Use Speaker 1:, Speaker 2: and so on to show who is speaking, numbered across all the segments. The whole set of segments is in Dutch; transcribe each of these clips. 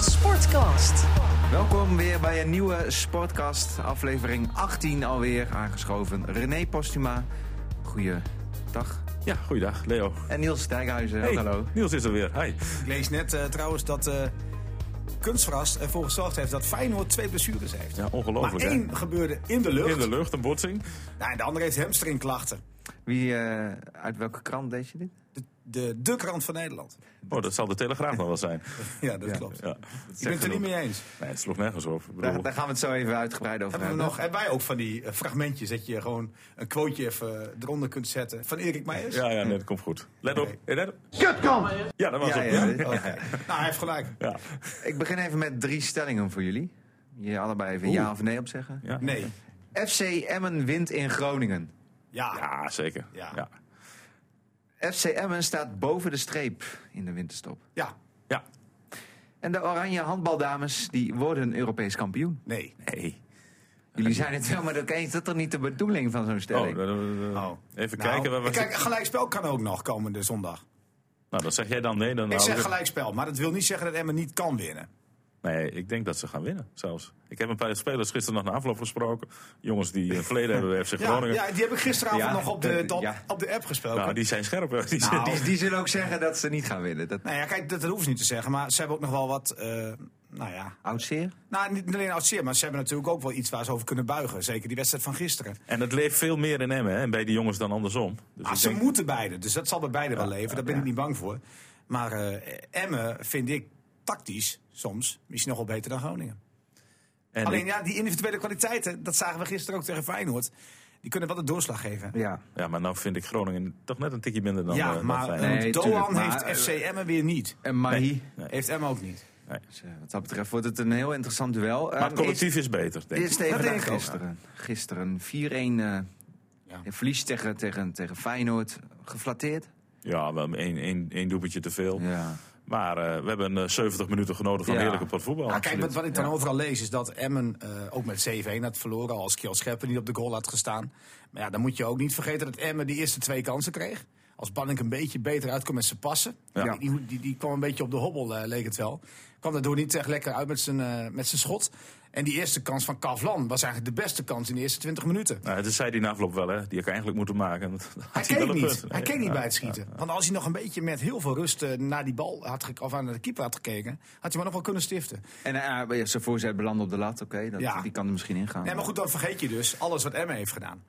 Speaker 1: Sportcast.
Speaker 2: Welkom weer bij een nieuwe Sportcast, aflevering 18 alweer, aangeschoven René Postuma. Goeiedag.
Speaker 3: Ja, goeiedag, Leo.
Speaker 2: En Niels Dijkhuizen,
Speaker 3: Hey,
Speaker 2: hallo.
Speaker 3: Niels is er weer. Hi.
Speaker 4: Ik lees net eh, trouwens dat eh Kunstgras ervoor gezorgd heeft dat Feyenoord twee blessures heeft.
Speaker 3: Ja,
Speaker 4: maar
Speaker 3: ongelooflijk. Oh, hè?
Speaker 4: één gebeurde in de lucht
Speaker 3: In de lucht, een botsing.
Speaker 4: Nou, en de andere heeft hamstringklachten.
Speaker 2: Wie, eh, uit welke krant deed je dit?
Speaker 4: De, de, de krant van Nederland.
Speaker 3: Oh, dat zal de Telegraaf nog wel zijn.
Speaker 4: Ja, dat klopt.
Speaker 3: Ja.
Speaker 4: Ik ben het er niet mee eens.
Speaker 3: Nee, het sloeg nergens op. Ik bedoel,
Speaker 2: Daar, daar gaan we het zo even uitgebreid over
Speaker 4: Hebben, we
Speaker 2: Oh. hebben.
Speaker 4: nog, hebben wij ook van die eh, fragmentjes dat je gewoon een quoteje even eh, eronder kunt zetten van Erik Meijers?
Speaker 3: Ja, ja, nee, dat komt goed. Let op. Eh, let op. Ja, dat was
Speaker 2: Ja,
Speaker 3: het.
Speaker 2: ja,
Speaker 3: Ja.
Speaker 2: ja.
Speaker 4: Nou, hij heeft gelijk.
Speaker 3: Ja.
Speaker 2: Ik begin even met drie stellingen voor jullie. Je allebei even ja of nee op zeggen.
Speaker 3: Ja.
Speaker 4: Nee.
Speaker 2: FC Emmen wint in Groningen.
Speaker 4: Ja.
Speaker 3: Ja, zeker.
Speaker 4: Ja.
Speaker 3: Ja.
Speaker 2: FC Emmen staat boven de streep in de winterstop.
Speaker 4: Ja.
Speaker 3: Ja.
Speaker 2: En de Oranje handbaldames die worden Europees kampioen.
Speaker 4: Nee.
Speaker 3: Nee.
Speaker 2: Jullie zijn het wel met elkaar eens. Dat is toch niet de bedoeling van zo'n
Speaker 3: Oh,
Speaker 2: stelling?
Speaker 3: eh, eh,
Speaker 4: Oh.
Speaker 3: Even
Speaker 4: Nou,
Speaker 3: kijken. Waar we...
Speaker 4: Kijk, gelijkspel kan ook nog komende zondag.
Speaker 3: Nou, dat zeg jij dan nee. Dan
Speaker 4: Ik
Speaker 3: houden we-
Speaker 4: zeg gelijkspel, maar dat wil niet zeggen dat Emmen niet kan winnen.
Speaker 3: Nee, ik denk dat ze gaan winnen zelfs. Ik heb een paar spelers gisteren nog na afloop gesproken. Jongens die in het verleden hebben bij FC
Speaker 4: Ja,
Speaker 3: Groningen.
Speaker 4: ja, die heb ik gisteravond
Speaker 2: Ja,
Speaker 4: nog op de,
Speaker 2: dat-
Speaker 4: op,
Speaker 2: ja.
Speaker 4: op de app gespeeld.
Speaker 3: Nou, die zijn scherp. hè. Die zijn-
Speaker 4: Nou.
Speaker 2: Die, die zullen ook zeggen dat ze niet gaan winnen. Dat...
Speaker 4: Nou ja, kijk, dat, dat hoeven ze niet te zeggen. Maar ze hebben ook nog wel wat, eh, nou ja...
Speaker 2: Oudseer?
Speaker 4: Nou, niet alleen oud zeer, maar ze hebben natuurlijk ook wel iets waar ze over kunnen buigen. Zeker die wedstrijd van gisteren.
Speaker 3: En het leeft veel meer in Emmen hè, en bij die jongens dan andersom. Dus
Speaker 4: Ah,
Speaker 3: ik
Speaker 4: ze
Speaker 3: denk-
Speaker 4: moeten beide, dus dat zal bij beide wel leven. Daar ben ik niet bang voor. Maar eh Emmen vind ik tactisch soms misschien nog wel beter dan Groningen.
Speaker 3: en
Speaker 4: alleen
Speaker 3: ik-
Speaker 4: ja, die individuele kwaliteiten, dat zagen we gisteren ook tegen Feyenoord. Die kunnen wel de doorslag geven.
Speaker 2: Ja.
Speaker 3: ja, maar nou vind ik Groningen toch net een tikje minder dan, eh,
Speaker 4: ja,
Speaker 3: dan
Speaker 4: maar eh,
Speaker 3: Feyenoord.
Speaker 2: Nee, tuurlijk,
Speaker 4: Doan
Speaker 2: maar-
Speaker 4: heeft FC Emmen weer niet.
Speaker 2: En Mahi?
Speaker 3: Nee.
Speaker 4: Heeft Emmen ook niet.
Speaker 2: Dus, eh, wat dat betreft wordt het een heel interessant duel. Eh,
Speaker 3: Maar
Speaker 4: eh,
Speaker 3: het collectief is beter, denk
Speaker 2: Dit
Speaker 3: ik.
Speaker 2: is tegen
Speaker 4: Dat denk
Speaker 2: dan
Speaker 4: ik ook.
Speaker 2: gisteren. Gisteren 4-1 eh
Speaker 4: Ja.
Speaker 2: verlies tegen, tegen, tegen Feyenoord. Geflatteerd.
Speaker 3: Ja, wel één, één, één doelpuntje te veel.
Speaker 2: Ja.
Speaker 3: Maar eh, we hebben eh, 70 minuten genoten van
Speaker 2: Ja.
Speaker 3: heerlijke pot voetbal.
Speaker 4: Nou, kijk, wat,
Speaker 3: absoluut.
Speaker 4: wat ik dan
Speaker 2: Ja.
Speaker 4: overal lees is dat Emmen eh, ook met 7-1 had verloren. Als Kjell Schepper niet op de goal had gestaan. Maar ja, dan moet je ook niet vergeten dat Emmen die eerste twee kansen kreeg. Als Banning een beetje beter uitkwam met zijn passen.
Speaker 3: Ja.
Speaker 4: Die, die, die, die kwam een beetje op de hobbel, eh, leek het wel. Kwam daardoor niet echt lekker uit met zijn, eh, met zijn schot. En die eerste kans van Kavlan was eigenlijk de beste kans in de eerste 20 minuten.
Speaker 3: Nou, het is zij die na afloop wel, hè. Die had ik eigenlijk moeten maken. want dan had
Speaker 4: Hij keek
Speaker 3: wel een
Speaker 4: niet.
Speaker 3: punt.
Speaker 4: Hij
Speaker 3: Nee,
Speaker 4: keek niet
Speaker 3: ja.
Speaker 4: bij het schieten. Want als hij nog een beetje met heel veel rust eh, naar die bal had gek- of aan de keeper had gekeken, had hij maar nog wel kunnen stiften.
Speaker 2: En eh, ja, zijn voorzet belandde op de lat. Oké, dat-
Speaker 4: Ja.
Speaker 2: die kan er misschien ingaan.
Speaker 4: Nee, maar goed, dan vergeet je dus alles wat Emma heeft gedaan.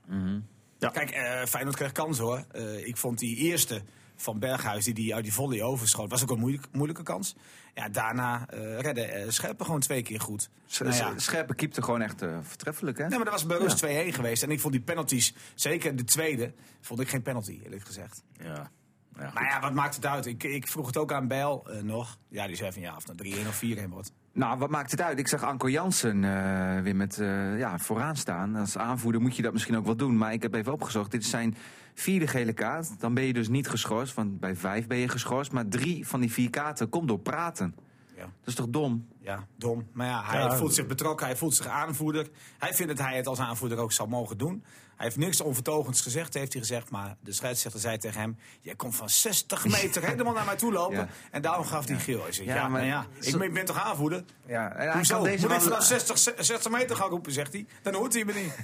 Speaker 3: Ja.
Speaker 4: Kijk, eh Feyenoord kreeg kans hoor. Eh, ik vond die eerste van Berghuis, die die uit die volley overschoot, was ook een moeilijk- moeilijke kans. Ja, daarna eh redde eh Scherpen gewoon twee keer goed.
Speaker 2: S-
Speaker 4: Nou
Speaker 2: s-
Speaker 4: ja.
Speaker 2: Scherpe keepte gewoon echt eh, voortreffelijk, hè?
Speaker 4: Nee, maar dat was bij rust 2-1 geweest. En ik vond die penalties, zeker de tweede, vond ik geen penalty, eerlijk gezegd.
Speaker 3: Ja. Ja, goed.
Speaker 4: Maar ja, wat maakt het uit? Ik, ik vroeg het ook aan Bijl eh, nog. Ja, die zei van ja, of het nou 3-1 of 4-1 wordt.
Speaker 2: Nou, wat maakt het uit? Ik zag Anko Jansen eh, weer met eh, ja, vooraan staan. Als aanvoerder moet je dat misschien ook wel doen. Maar ik heb even opgezocht. Dit is zijn vierde gele kaart. Dan ben je dus niet geschorst, want bij vijf ben je geschorst. Maar drie van die vier kaarten komt door praten.
Speaker 4: Ja.
Speaker 2: Dat is toch dom?
Speaker 4: Ja, dom. Maar ja, hij
Speaker 3: Ja.
Speaker 4: voelt zich betrokken, hij voelt zich aanvoerder. Hij vindt dat hij het als aanvoerder ook zou mogen doen. Hij heeft niks onvertogends gezegd, heeft hij gezegd. Maar de scheidsrechter zei tegen hem... Jij komt van 60 meter helemaal naar mij toe lopen.
Speaker 2: Ja.
Speaker 4: En daarom gaf hij geel. Hij zegt,
Speaker 2: Ja,
Speaker 4: ja,
Speaker 2: maar-
Speaker 4: maar ja, ik
Speaker 2: zo-
Speaker 4: ben, ik ben toch aanvoerder?
Speaker 2: Ja, en hij
Speaker 4: Hoezo?
Speaker 2: kan deze
Speaker 4: Moet
Speaker 2: man-
Speaker 4: ik vanaf 60, ze- 60 meter gaan roepen, zegt hij. Dan hoort hij me niet.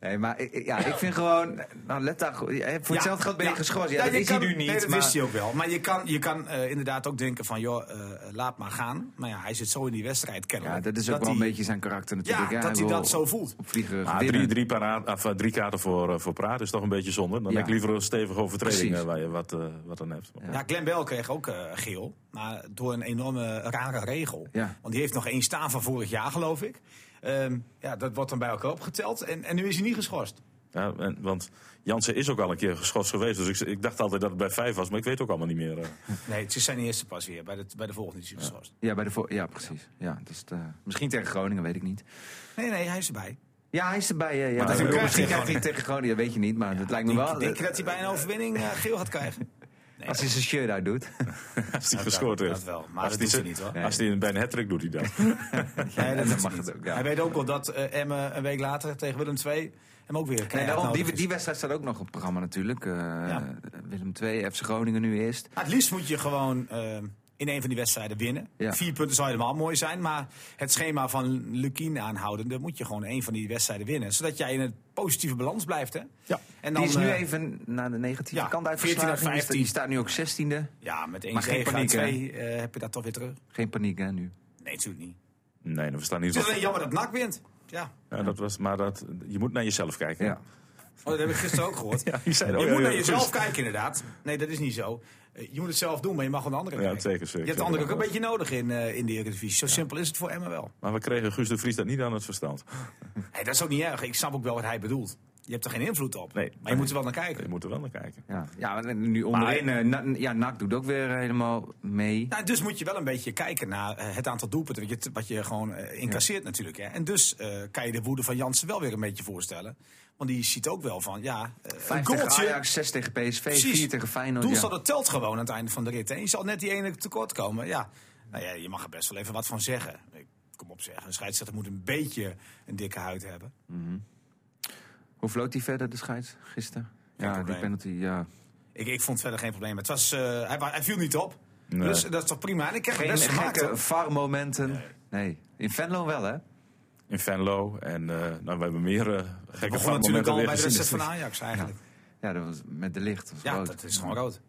Speaker 2: Nee, maar ik- ik- ja, ik vind gewoon... Nou, let daar goed. eh, Voor
Speaker 4: Ja,
Speaker 2: hetzelfde geld ben je
Speaker 4: ja.
Speaker 2: geschorst. Ja,
Speaker 4: Ja,
Speaker 2: dat
Speaker 4: je
Speaker 2: is
Speaker 4: kan-
Speaker 2: hij nu niet.
Speaker 4: Nee, dat
Speaker 2: maar-
Speaker 4: wist hij ook wel. Maar je kan, je kan eh, inderdaad ook denken van, joh, eh, laat maar gaan. Maar ja, hij zit zo in die wedstrijd kennelijk.
Speaker 2: Ja, dat is ook wel een
Speaker 4: hij-
Speaker 2: beetje zijn karakter
Speaker 4: Ja,
Speaker 2: natuurlijk.
Speaker 4: dat
Speaker 2: hè. wil
Speaker 4: hij dat zo voelt.
Speaker 2: op vliegerig
Speaker 3: Maar
Speaker 2: winnen.
Speaker 3: drie, drie, paraat, of, eh, drie kaarten voor, eh, voor praat is toch een beetje zonde. Dan
Speaker 2: Ja.
Speaker 3: heb ik liever een stevige overtreding
Speaker 2: Precies.
Speaker 3: eh, waar je wat, eh, wat aan hebt.
Speaker 4: Ja, Glenn Bell kreeg ook eh, geel. Maar door een enorme rare regel.
Speaker 2: Ja.
Speaker 4: Want die heeft nog één staan van vorig jaar, geloof ik. Ehm, ja, dat wordt dan bij elkaar opgeteld. En, en nu is hij niet geschorst.
Speaker 3: Ja, en, want Jansen is ook al een keer geschorst geweest. Dus ik, ik dacht altijd dat het bij vijf was, maar ik weet ook allemaal niet meer. eh.
Speaker 4: Nee, het is zijn eerste pas weer. Bij de, bij de volgende is hij geschorst.
Speaker 2: Ja, bij de voor- ja, precies. Ja, dat is het, eh, misschien tegen Groningen, weet ik niet.
Speaker 4: Nee, nee, hij is erbij.
Speaker 2: Ja, hij is erbij. Ja, ja. Ik
Speaker 3: dat
Speaker 2: bedoel,
Speaker 4: krijgt
Speaker 2: misschien
Speaker 4: hij
Speaker 2: krijgt hij het tegen Groningen, dat weet je niet. Maar het lijkt me
Speaker 4: Denk,
Speaker 2: wel.
Speaker 4: denk je
Speaker 2: eh,
Speaker 4: dat hij bij een overwinning eh, geel gaat krijgen? Nee,
Speaker 2: Als hij zijn shirt uit doet.
Speaker 3: Als hij gescoord
Speaker 4: dat
Speaker 3: heeft.
Speaker 4: wel, maar
Speaker 3: als hij
Speaker 4: dat doet
Speaker 3: ze-
Speaker 4: hij niet, hoor.
Speaker 3: Als hij bij een hat doet hij dat.
Speaker 4: Nee, dat
Speaker 2: dan
Speaker 4: is
Speaker 2: mag
Speaker 4: niet.
Speaker 2: het ook. Ja.
Speaker 4: Hij weet ook wel dat eh Emmen een week later tegen Willem II hem ook weer
Speaker 2: Nee,
Speaker 4: keihard
Speaker 2: daarom,
Speaker 4: nodig
Speaker 2: die,
Speaker 4: nou, is.
Speaker 2: die wedstrijd staat ook nog op het programma natuurlijk. Eh,
Speaker 4: Ja.
Speaker 2: Willem II, FC Groningen nu eerst.
Speaker 4: Nou, Maar het liefst moet je gewoon eh, in een van die wedstrijden winnen.
Speaker 2: Ja.
Speaker 4: Vier punten zou helemaal mooi zijn. Maar het schema van Lukien aanhoudende moet je gewoon een van die wedstrijden winnen. Zodat jij in een positieve balans blijft. Hè?
Speaker 3: Ja.
Speaker 4: En
Speaker 2: Die is nu
Speaker 4: eh,
Speaker 2: even naar de negatieve
Speaker 4: ja,
Speaker 2: kant
Speaker 4: 14
Speaker 2: uitgeslagen. Dus
Speaker 4: naar
Speaker 2: Die sta-
Speaker 4: 15.
Speaker 2: Die staat nu ook 16e.
Speaker 4: Ja, met één
Speaker 2: Maar geen
Speaker 4: zege uit
Speaker 2: paniek, hè?
Speaker 4: twee eh, heb je dat toch weer terug.
Speaker 2: Geen paniek hè, nu.
Speaker 4: Nee, natuurlijk niet.
Speaker 3: Nee, dan verstaan niet
Speaker 4: Het is
Speaker 3: wat.
Speaker 4: alleen jammer dat NAC wint. Ja.
Speaker 3: Ja, dat was, maar dat, je moet naar jezelf kijken.
Speaker 2: Ja.
Speaker 4: Oh, dat heb ik gisteren ook gehoord.
Speaker 3: Ja, je zei,
Speaker 4: je
Speaker 3: oh, ja,
Speaker 4: moet
Speaker 3: ja,
Speaker 4: naar
Speaker 3: goed.
Speaker 4: jezelf kijken, inderdaad. Nee, dat is niet zo. Eh, Je moet het zelf doen, maar je mag gewoon de andere
Speaker 3: Ja,
Speaker 4: kijken.
Speaker 3: zeker, zeker.
Speaker 4: Je hebt de andere ook een beetje nodig in, eh, in de Eredivisie. Zo simpel is het voor Emma wel.
Speaker 3: Maar we kregen Guus de Vries dat niet aan het verstand.
Speaker 4: Hey, dat is ook niet erg. Ik snap ook wel wat hij bedoelt. Je hebt er geen invloed op.
Speaker 3: Nee.
Speaker 4: maar je moet er wel naar kijken.
Speaker 3: Je moet er wel naar kijken.
Speaker 2: Ja, ja en nu onderin.
Speaker 3: Maar-
Speaker 2: eh, Na- ja, NAC doet ook weer helemaal mee.
Speaker 4: Nou, dus moet je wel een beetje kijken naar eh, het aantal doelpunten wat je, wat je gewoon eh, incasseert natuurlijk. Hè. En dus eh, kan je de woede van Jansen wel weer een beetje voorstellen. Want die ziet ook wel van, ja, eh, een
Speaker 2: 5 tegen
Speaker 4: goaltje,
Speaker 2: Ajax, 6 tegen PSV,
Speaker 4: Precies.
Speaker 2: 4 tegen Feyenoord. ja.
Speaker 4: doelstad, dat telt gewoon aan het einde van de rit. En je zal net die ene tekort komen. Ja, nou ja, je mag er best wel even wat van zeggen. Ik- Kom op zeggen, een scheidsrechter moet een beetje een dikke huid hebben.
Speaker 2: Hoe floot hij verder, de scheids, gisteren? Ja, die
Speaker 4: probleem.
Speaker 2: penalty, ja.
Speaker 4: Ik, ik vond verder geen probleem. Het was, eh, hij, wa- hij viel niet op.
Speaker 3: Nee.
Speaker 4: Dus dat is toch prima. En ik heb
Speaker 2: Geen
Speaker 4: het best gemaakt.
Speaker 2: gekke
Speaker 4: hoor.
Speaker 2: VAR-momenten. Nee. in Venlo wel, hè?
Speaker 3: In Venlo. En eh, nou, we hebben meer eh,
Speaker 4: Ik
Speaker 3: gekke
Speaker 4: begon natuurlijk
Speaker 3: momenten
Speaker 4: al
Speaker 3: weer
Speaker 4: bij de
Speaker 3: gezien.
Speaker 4: wedstrijd van Ajax eigenlijk.
Speaker 2: dus Ja, dat was met de licht.
Speaker 4: Ja, dat is gewoon rood.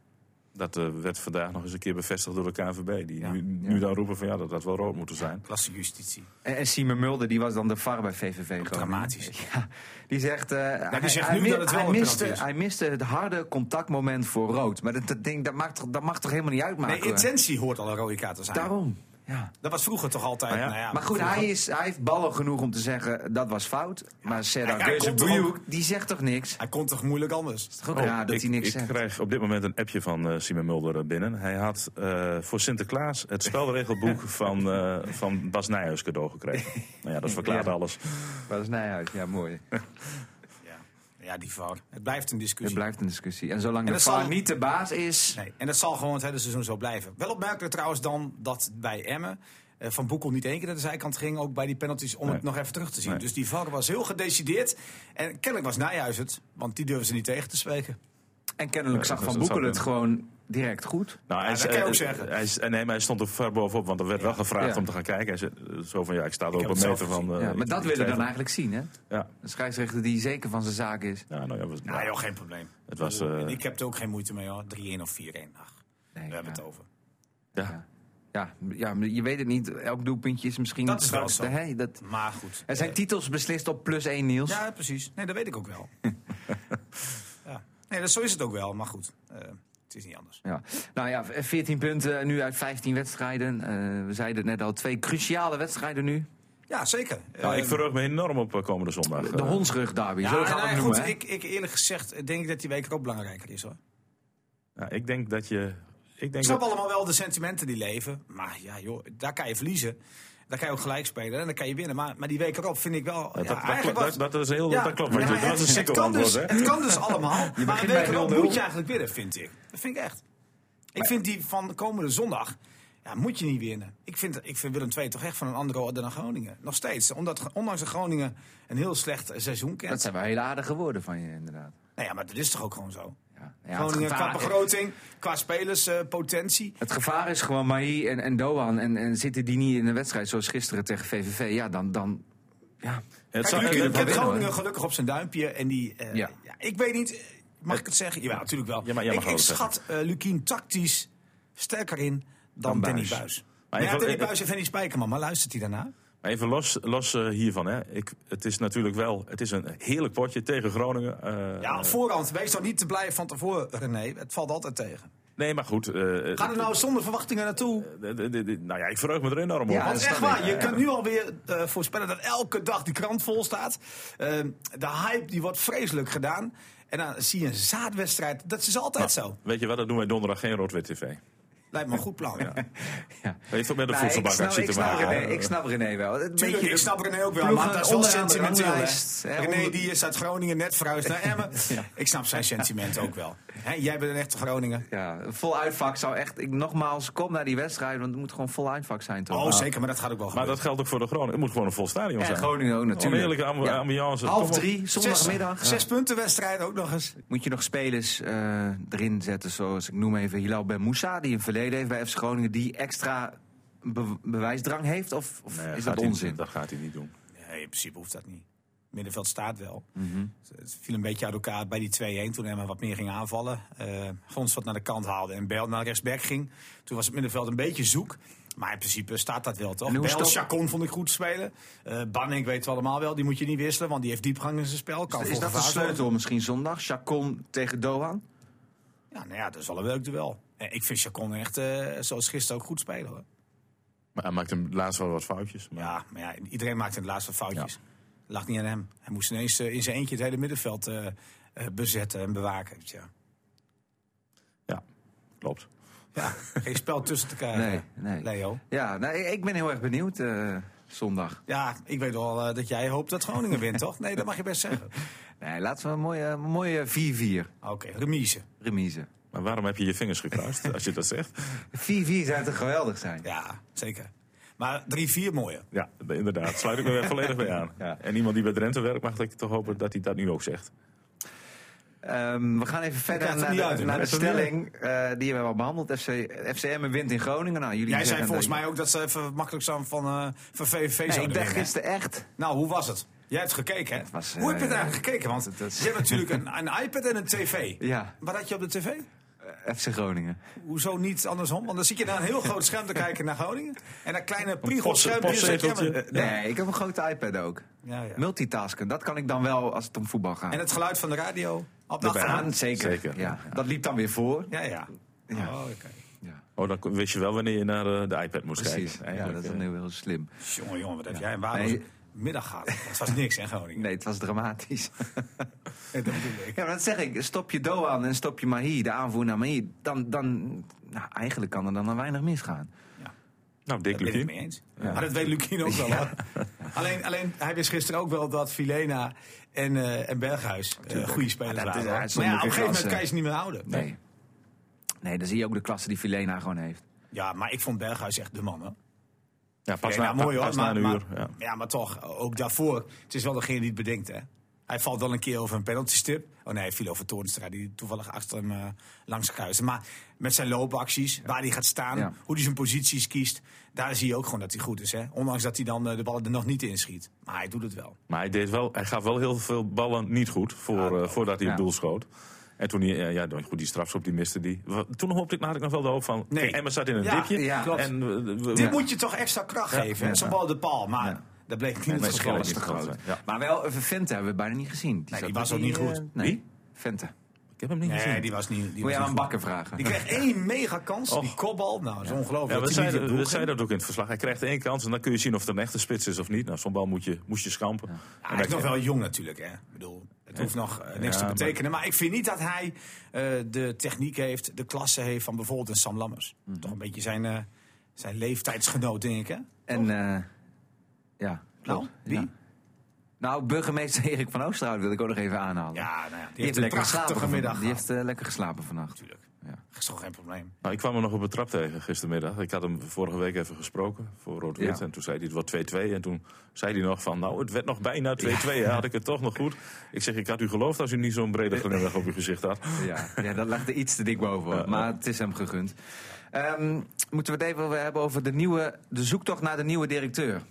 Speaker 3: Dat eh, werd vandaag nog eens een keer bevestigd door de KNVB. Die
Speaker 4: Ja.
Speaker 3: nu, nu dan roepen van ja, dat dat wel rood moeten zijn.
Speaker 4: Klasse justitie.
Speaker 2: En, en Siemen Mulder, die was dan de VAR bij VVV. Groningen.
Speaker 4: dramatisch.
Speaker 2: Ja, die zegt... eh, hij,
Speaker 4: zegt
Speaker 2: hij
Speaker 4: nu
Speaker 2: mi-
Speaker 4: dat het wel
Speaker 2: hij
Speaker 4: een
Speaker 2: miste,
Speaker 4: penalty is.
Speaker 2: hij miste het harde contactmoment voor rood. Maar dat, dat, ding, dat, maakt, toch- dat mag toch helemaal niet uitmaken?
Speaker 4: Nee, intentie hoort al een rode kaart te zijn.
Speaker 2: Daarom, ja.
Speaker 4: Dat was vroeger toch altijd.
Speaker 3: Maar ja,
Speaker 4: nou ja,
Speaker 2: Maar goed,
Speaker 4: vroeger-
Speaker 2: hij, is, hij heeft ballen genoeg om te zeggen dat was fout. Maar Serdar
Speaker 4: hij- hij komt er
Speaker 2: Gözebuyuk, die zegt toch niks? Het
Speaker 4: Hij kon toch moeilijk anders?
Speaker 2: is toch ook
Speaker 3: Oh,
Speaker 2: raar dat
Speaker 3: ik,
Speaker 2: hij niks
Speaker 3: Ik
Speaker 2: zegt?
Speaker 3: krijg op dit moment een appje van eh, Simon Mulder binnen. Hij had eh, voor Sinterklaas het spelregelboek van, eh, van Bas Nijhuis cadeau gekregen. nou ja, dat verklaart
Speaker 2: Ja.
Speaker 3: alles.
Speaker 2: Dat is Nijhuis, ja mooi. Dus
Speaker 4: Ja, ja die VAR. Het blijft een
Speaker 2: Het
Speaker 4: discussie.
Speaker 2: blijft een discussie. En zolang de
Speaker 4: dat
Speaker 2: VAR
Speaker 4: zal-
Speaker 2: niet de baas is...
Speaker 4: Nee, en dat zal gewoon het hele seizoen zo blijven. Wel opmerkelijk trouwens dan dat bij Emmen eh, Van Boekel niet één keer naar de zijkant ging, ook bij die penalties, om het nog even terug te zien.
Speaker 3: Nee.
Speaker 4: Dus die VAR was heel gedecideerd. En kennelijk was Nijhuis het, want die durven ze niet tegen te spreken.
Speaker 2: En kennelijk
Speaker 3: Ja,
Speaker 2: zag
Speaker 3: dat
Speaker 2: Van
Speaker 3: is-
Speaker 2: Boekel
Speaker 3: dat
Speaker 2: het
Speaker 3: zou
Speaker 2: gewoon direct goed.
Speaker 3: Nou,
Speaker 4: dat kan je
Speaker 3: eh,
Speaker 4: ook
Speaker 3: eh,
Speaker 4: zeggen.
Speaker 3: Hij, is- eh, nee, maar hij stond er ver bovenop, want er werd wel gevraagd
Speaker 2: Ja.
Speaker 3: om te gaan kijken. Hij zei, eh, zo van, ja, ik sta er op
Speaker 4: heb
Speaker 3: een
Speaker 4: het zelf
Speaker 3: meter van... eh,
Speaker 2: Ja, maar
Speaker 3: ik-
Speaker 2: dat
Speaker 3: ik
Speaker 2: willen we dan
Speaker 3: twijfel.
Speaker 2: eigenlijk zien, hè?
Speaker 3: Ja,
Speaker 2: Een scheidsrechter die zeker van zijn zaak is.
Speaker 3: ja nou ja, was,
Speaker 4: Nou joh, geen probleem.
Speaker 3: het was... eh,
Speaker 4: ik heb er ook geen moeite mee hoor. 3-1 of 4-1. Ach,
Speaker 2: Nee,
Speaker 4: we
Speaker 2: ja.
Speaker 4: hebben het over.
Speaker 3: ja.
Speaker 2: Ja, ja, maar je weet het niet. Elk doelpuntje is misschien...
Speaker 4: Dat is wel zo.
Speaker 2: Hè, dat...
Speaker 4: Maar goed.
Speaker 2: Er zijn
Speaker 4: Eh,
Speaker 2: titels beslist op plus één, Niels.
Speaker 4: Ja, precies. Nee, dat weet ik ook wel. ja. Nee, dat, zo is het ook wel, maar goed. eh, het is niet anders.
Speaker 2: Ja. Nou ja, 14 punten nu uit 15 wedstrijden. Eh, we zeiden het net al, twee cruciale wedstrijden nu.
Speaker 4: Ja, zeker.
Speaker 3: Nou,
Speaker 4: Eh,
Speaker 3: ik verheug me enorm op eh, komende zondag.
Speaker 2: De
Speaker 3: Eh,
Speaker 2: hondsrug derby,
Speaker 4: ja,
Speaker 2: zo
Speaker 4: en,
Speaker 2: gaan we
Speaker 4: eh,
Speaker 2: het noemen.
Speaker 4: goed,
Speaker 2: hè?
Speaker 4: ik, ik eerlijk gezegd eh, denk ik dat die week ook belangrijker is hoor.
Speaker 3: ja, ik denk dat je... Ik
Speaker 4: Ik
Speaker 3: denk
Speaker 4: snap
Speaker 3: dat,
Speaker 4: allemaal wel de sentimenten die leven. Maar ja, joh, daar kan je verliezen. Daar kan je ook gelijk spelen en dan kan je winnen. Maar, maar die week erop vind ik wel. Ja,
Speaker 3: dat, dat,
Speaker 4: eigenlijk
Speaker 3: klopt,
Speaker 4: was-
Speaker 3: dat, dat is heel...
Speaker 4: ja,
Speaker 3: dat klopt.
Speaker 4: ja,
Speaker 3: want
Speaker 4: maar
Speaker 3: dat was een
Speaker 4: het- het,
Speaker 3: sikkel
Speaker 4: kan
Speaker 3: antwoord,
Speaker 4: dus,
Speaker 3: hè?
Speaker 4: het kan dus allemaal. maar een
Speaker 2: begint
Speaker 4: week
Speaker 2: bij
Speaker 4: erop
Speaker 2: 0-0.
Speaker 4: moet je eigenlijk winnen, vind ik. Dat vind ik echt. Ik vind die van komende zondag. Ja, moet je niet winnen. Ik vind, ik vind Willem II toch echt van een andere orde dan Groningen. Nog steeds. Omdat, Gro- ondanks dat Groningen een heel slecht eh, seizoen kent.
Speaker 2: Dat zijn wel hele aardige woorden van je, inderdaad.
Speaker 4: Nou ja, maar dat is toch ook gewoon zo.
Speaker 2: Ja. Ja,
Speaker 4: Groningen
Speaker 2: het,
Speaker 4: qua
Speaker 2: gevaar,
Speaker 4: begroting, qua eh, spelerspotentie.
Speaker 2: het gevaar is gewoon Mahi en, en Doan. En, en zitten die niet in een wedstrijd zoals gisteren tegen VVV? Ja, dan... dan ja.
Speaker 3: Het
Speaker 4: Kijk,
Speaker 3: zou-
Speaker 4: Luc,
Speaker 2: het
Speaker 4: Luc
Speaker 2: zou
Speaker 4: heeft
Speaker 2: winnen,
Speaker 4: Groningen
Speaker 2: hoor.
Speaker 4: gelukkig op zijn duimpje. En die, eh,
Speaker 2: Ja.
Speaker 4: ja. ik weet niet, eh, mag ik het zeggen? Ja, natuurlijk wel.
Speaker 3: Ja, maar jij
Speaker 4: ik
Speaker 3: mag
Speaker 4: ik
Speaker 3: alles
Speaker 4: schat eh Lukien tactisch sterker in dan,
Speaker 2: Dan
Speaker 4: Danny
Speaker 2: Buijs.
Speaker 4: Buis.
Speaker 3: Maar
Speaker 4: Maar ja,
Speaker 3: even-
Speaker 4: Danny
Speaker 3: eh, eh,
Speaker 4: Buis en Danny Spijkerman, maar luistert hij daarna?
Speaker 3: Maar even los, los eh, hiervan. Hè. Ik, het is natuurlijk wel het is een heerlijk potje tegen Groningen. eh,
Speaker 4: Ja, op voorhand, wees dan niet te blij van tevoren, René. Het valt altijd tegen.
Speaker 3: Nee, maar goed. eh,
Speaker 4: Ga er nou zonder verwachtingen naartoe.
Speaker 3: eh, d- d- d- Nou ja, ik verheug me er enorm op.
Speaker 2: Ja,
Speaker 4: Want
Speaker 2: dat
Speaker 4: echt
Speaker 2: snap
Speaker 4: waar,
Speaker 2: ik.
Speaker 4: je
Speaker 2: Ja,
Speaker 4: kunt nu alweer eh voorspellen dat elke dag die krant vol staat. Eh, de hype die wordt vreselijk gedaan. En dan zie je een zaadwedstrijd. Dat is altijd zo.
Speaker 3: Weet je wat, dat doen wij donderdag geen rood-wit tv.
Speaker 4: Lijkt me een goed plan. ja.
Speaker 2: Ja.
Speaker 3: Heeft ook met de
Speaker 2: Nee, ik, snap,
Speaker 3: voedselbank
Speaker 2: ik,
Speaker 3: te
Speaker 2: snap
Speaker 3: maken.
Speaker 2: René,
Speaker 3: hè.
Speaker 2: ik snap René wel. Een
Speaker 4: Tuurlijk,
Speaker 2: beetje
Speaker 4: ik snap René ook wel,
Speaker 2: ploegen
Speaker 4: maar dat is wel
Speaker 2: onderaan de
Speaker 4: sentimenteel. hè.
Speaker 2: ranglijst, hè,
Speaker 4: René
Speaker 2: onder-
Speaker 4: die is uit Groningen net verhuisd naar Emmen. Ik snap zijn sentiment ook wel. Hè, jij bent een echte Groningen.
Speaker 2: Ja, vol uitvak zou echt... Ik, nogmaals, kom naar die wedstrijd, want het moet gewoon vol uitvak zijn. Toch?
Speaker 4: Oh, zeker, maar dat gaat ook wel
Speaker 3: Maar
Speaker 4: gebeuren.
Speaker 3: dat geldt ook voor de Groningen. Het moet gewoon een vol stadion
Speaker 2: ja,
Speaker 3: zijn.
Speaker 2: Groningen ook
Speaker 3: Een
Speaker 2: natuurlijk.
Speaker 3: Oh, heerlijke amb-
Speaker 2: Ja.
Speaker 3: ambiance.
Speaker 2: Half
Speaker 3: Toch wel-
Speaker 2: drie, zondagmiddag.
Speaker 4: Zes, zes punten wedstrijd ook nog eens.
Speaker 2: Moet je nog spelers eh, erin zetten, zoals ik noem even Hilal Ben Moussa, die een verleden heeft bij FC Groningen, die extra be- bewijsdrang heeft? Of, of
Speaker 3: Nee,
Speaker 2: is
Speaker 3: gaat
Speaker 2: dat
Speaker 3: hij-
Speaker 2: onzin?
Speaker 3: Dat gaat hij niet doen.
Speaker 4: Nee, in principe hoeft dat niet. Middenveld staat wel.
Speaker 2: Mhm.
Speaker 4: Het viel een beetje uit elkaar bij die 2-1 toen Emma wat meer ging aanvallen. Eh Gons wat naar de kant haalde en Bel naar rechtsback ging. Toen was het middenveld een beetje zoek. Maar in principe staat dat wel toch?
Speaker 2: En hoe
Speaker 4: Bel,
Speaker 2: stelt-
Speaker 4: Chacon vond ik goed spelen. Eh Banning weten we allemaal wel, die moet je niet wisselen, want die heeft diepgang in zijn spel. Kan
Speaker 2: Is
Speaker 4: voor
Speaker 2: dat de
Speaker 4: gevaar zorgen.
Speaker 2: sleutel misschien zondag? Chacon tegen Doan?
Speaker 4: Ja, nou ja, dat is wel een leuk duel. Eh, ik vind Chacon echt, eh, zoals gisteren, ook goed spelen. Hoor.
Speaker 3: Maar hij maakt hem laatst wel wat foutjes. Maar
Speaker 4: Ja, maar ja, iedereen maakte in het laatste foutjes. Lag niet aan hem. Hij moest ineens eh, in zijn eentje het hele middenveld eh, eh, bezetten en bewaken. Ja.
Speaker 3: ja, klopt.
Speaker 4: Ja, geen spel tussen te
Speaker 2: Nee,
Speaker 4: krijgen,
Speaker 2: nee.
Speaker 4: Leo.
Speaker 2: Ja, nou, ik ik ben heel erg benieuwd eh, zondag.
Speaker 4: Ja, ik weet wel eh, dat jij hoopt dat Groningen wint, toch? Nee, dat mag je best zeggen.
Speaker 2: Nee, laten we een mooie, mooie 4-4
Speaker 4: Oké, remise.
Speaker 2: remise. 4-4
Speaker 3: Maar waarom heb je je vingers gekruist als je dat zegt?
Speaker 2: zou toch geweldig zijn?
Speaker 4: Ja, zeker. Maar 3-4 mooier.
Speaker 3: Ja, inderdaad. Sluit ik me weer volledig bij aan.
Speaker 2: Ja.
Speaker 3: En iemand die bij Drenthe werkt, mag ik toch hopen dat hij dat nu ook zegt.
Speaker 2: Ehm, we gaan even verder
Speaker 4: krijg het
Speaker 2: naar
Speaker 4: niet
Speaker 2: de,
Speaker 4: uit, hè?
Speaker 2: naar de
Speaker 3: Dat is wel
Speaker 2: stelling. eh, die hebben we al behandeld. FC, FCM wint in Groningen. Nou, jullie
Speaker 4: Jij zei
Speaker 2: zeggen
Speaker 4: volgens
Speaker 2: dat-
Speaker 4: mij ook dat ze even makkelijk zijn van, eh, van VVV
Speaker 2: Nee,
Speaker 4: zouden
Speaker 2: ik dacht
Speaker 4: winnen.
Speaker 2: gisteren echt.
Speaker 4: Nou, hoe was het? Jij hebt gekeken, hè?
Speaker 2: was,
Speaker 4: hoe heb je het
Speaker 2: eh,
Speaker 4: eigenlijk gekeken? Want
Speaker 2: dat is-
Speaker 4: je hebt natuurlijk een, een iPad en een tv.
Speaker 2: Ja,
Speaker 4: Wat had je op de tv?
Speaker 2: FC Groningen.
Speaker 4: Hoezo niet andersom? Want dan zit je naar een heel groot scherm te kijken naar Groningen. En dat kleine
Speaker 3: pot-
Speaker 4: priegelschermpje. zit je
Speaker 3: potzeteltje.
Speaker 4: maar-
Speaker 2: Nee, ik heb een grote iPad ook.
Speaker 4: Ja, ja.
Speaker 2: Multitasken, dat kan ik dan wel als het om voetbal gaat.
Speaker 4: En het geluid van de radio. Op de
Speaker 3: Erbij.
Speaker 4: achtergrond.
Speaker 2: Aan, zeker.
Speaker 3: Zeker.
Speaker 2: Ja. Dat liep dan weer voor.
Speaker 4: Ja, ja.
Speaker 2: Ja.
Speaker 4: Oh, oké.
Speaker 2: Ja,
Speaker 3: Oh, dan kon- wist je wel wanneer je naar eh, de iPad moest
Speaker 2: precies. Ja,
Speaker 3: kijken.
Speaker 2: dat is
Speaker 3: Eigenlijk, eh.
Speaker 2: dan heel, heel slim.
Speaker 4: Jongen, jongen, wat heb jij een waardeloos
Speaker 2: Nee.
Speaker 4: middag gehad. Het was niks in Groningen.
Speaker 2: Nee, het was dramatisch.
Speaker 4: Nee, dat bedoel ik.
Speaker 2: ja, maar dat zeg ik. Stop je Doan en stop je Mahi, de aanvoer naar Mahi. Dan, dan, nou, eigenlijk kan er dan al weinig misgaan.
Speaker 3: eh, Nou, Dick
Speaker 4: Dat ben ik het
Speaker 3: Lukien.
Speaker 4: mee eens. Maar dat weet Lukien ook wel. hoor. Alleen, alleen, hij wist gisteren ook wel dat Filena en, eh, en Berghuis eh, goede spelers
Speaker 2: Ja, dat is
Speaker 4: waren. hoor. Maar ja, op
Speaker 2: uitzonderlijke
Speaker 4: een gegeven moment
Speaker 2: klasse.
Speaker 4: kan je ze niet meer houden.
Speaker 2: Nee. Nee, dan zie je ook de klasse die Filena gewoon heeft.
Speaker 4: Ja, maar ik vond Berghuis echt de man, hoor.
Speaker 3: Ja, pas
Speaker 4: Ja,
Speaker 3: na,
Speaker 4: nou, mooi hoor.
Speaker 3: pas na
Speaker 4: maar,
Speaker 3: een
Speaker 4: maar-
Speaker 3: uur. Ja.
Speaker 4: ja. maar toch, ook daarvoor. Het is wel degene die het bedenkt, hè. Hij valt wel een keer over een penaltystip. Oh nee, hij viel over Toornstra, die toevallig achter hem eh, langs kruiste. Maar met zijn loopacties, waar hij gaat staan,
Speaker 2: Ja.
Speaker 4: hoe hij zijn posities kiest... daar zie je ook gewoon dat hij goed is, hè. Ondanks dat hij dan eh, de ballen er nog niet in schiet. Maar hij doet het wel.
Speaker 3: Maar hij, deed wel, hij gaf wel heel veel ballen niet goed
Speaker 4: Ah,
Speaker 3: voor, eh, voordat hij
Speaker 2: Ja.
Speaker 3: op doel schoot. En toen hij, eh, ja, dan- goed, die strafschop die miste die. Wa- Toen hoopte ik, had ik nog wel de hoop van,
Speaker 4: Nee.
Speaker 3: nee. Emma zat in een
Speaker 4: Ja,
Speaker 3: dipje.
Speaker 2: ja, klopt.
Speaker 3: En, eh, we- we-
Speaker 4: Dit moet je toch extra kracht
Speaker 2: Ja,
Speaker 4: geven, hè.
Speaker 2: ja,
Speaker 4: Zo'n
Speaker 2: ja.
Speaker 4: bal op de paal, maar dat bleek niet het
Speaker 3: het
Speaker 4: geval.
Speaker 3: scheelt niet. groot, ja.
Speaker 2: Maar wel, even Vente hebben we bijna niet gezien.
Speaker 4: Nee,
Speaker 2: zat
Speaker 4: die was
Speaker 2: met
Speaker 4: ook niet
Speaker 2: eh,
Speaker 4: goed.
Speaker 2: nee.
Speaker 3: Wie?
Speaker 2: Vente.
Speaker 3: ik heb hem niet gezien.
Speaker 4: Nee, die was niet... Die
Speaker 2: Moet
Speaker 4: was
Speaker 2: je
Speaker 4: niet
Speaker 2: aan
Speaker 4: goed.
Speaker 2: Bakker vragen.
Speaker 4: Die kreeg één mega kans, die
Speaker 3: Och.
Speaker 4: kopbal. Nou, dat is
Speaker 3: Ja,
Speaker 4: ongelooflijk. dat
Speaker 3: we
Speaker 4: hij niet in
Speaker 3: zeiden,
Speaker 4: het doel
Speaker 3: we
Speaker 4: ging.
Speaker 3: zeiden dat ook in het verslag. Hij krijgt één kans en dan kun je zien of het een echte spits is of niet. Nou, zo'n bal moet je, moest je schampen.
Speaker 4: Ja, hij is nog wel jong natuurlijk, hè. Ik bedoel, het hoeft nog eh, niks
Speaker 3: Ja,
Speaker 4: te betekenen. Maar... ik vind niet dat hij eh, de techniek heeft, de klasse heeft van bijvoorbeeld een Sam Lammers.
Speaker 2: Mhm.
Speaker 4: Toch een beetje zijn, eh, zijn leeftijdsgenoot, denk ik, hè?
Speaker 2: En eh, ja,
Speaker 4: Nou,
Speaker 2: klopt.
Speaker 4: wie?
Speaker 2: Ja. Nou, burgemeester Erik van Oosterhout wil ik ook nog even aanhalen.
Speaker 4: Ja, nou ja, die,
Speaker 2: die,
Speaker 4: heeft
Speaker 2: heeft
Speaker 4: een
Speaker 2: lekker
Speaker 4: prachtige
Speaker 2: geslapen
Speaker 4: middag
Speaker 2: middag. Die
Speaker 4: gehad.
Speaker 2: heeft eh, lekker geslapen vannacht.
Speaker 4: Natuurlijk,
Speaker 2: Ja.
Speaker 4: dat is toch geen probleem.
Speaker 3: Nou, ik kwam hem nog op de trap tegen gistermiddag. Ik had hem vorige week even gesproken voor Rood-Wit.
Speaker 2: Ja.
Speaker 3: En toen zei hij het wordt 2-2. En toen zei hij nog van, nou, het werd nog bijna 2-2. hè, Had ik het toch nog goed. Ik zeg, ik had u geloofd als u niet zo'n brede glimlach op uw gezicht had.
Speaker 2: Ja. ja, dat lag er iets te dik boven. hoor. Maar het is hem gegund. Ehm, moeten we het even hebben over de, nieuwe, de zoektocht naar de nieuwe directeur? Nou,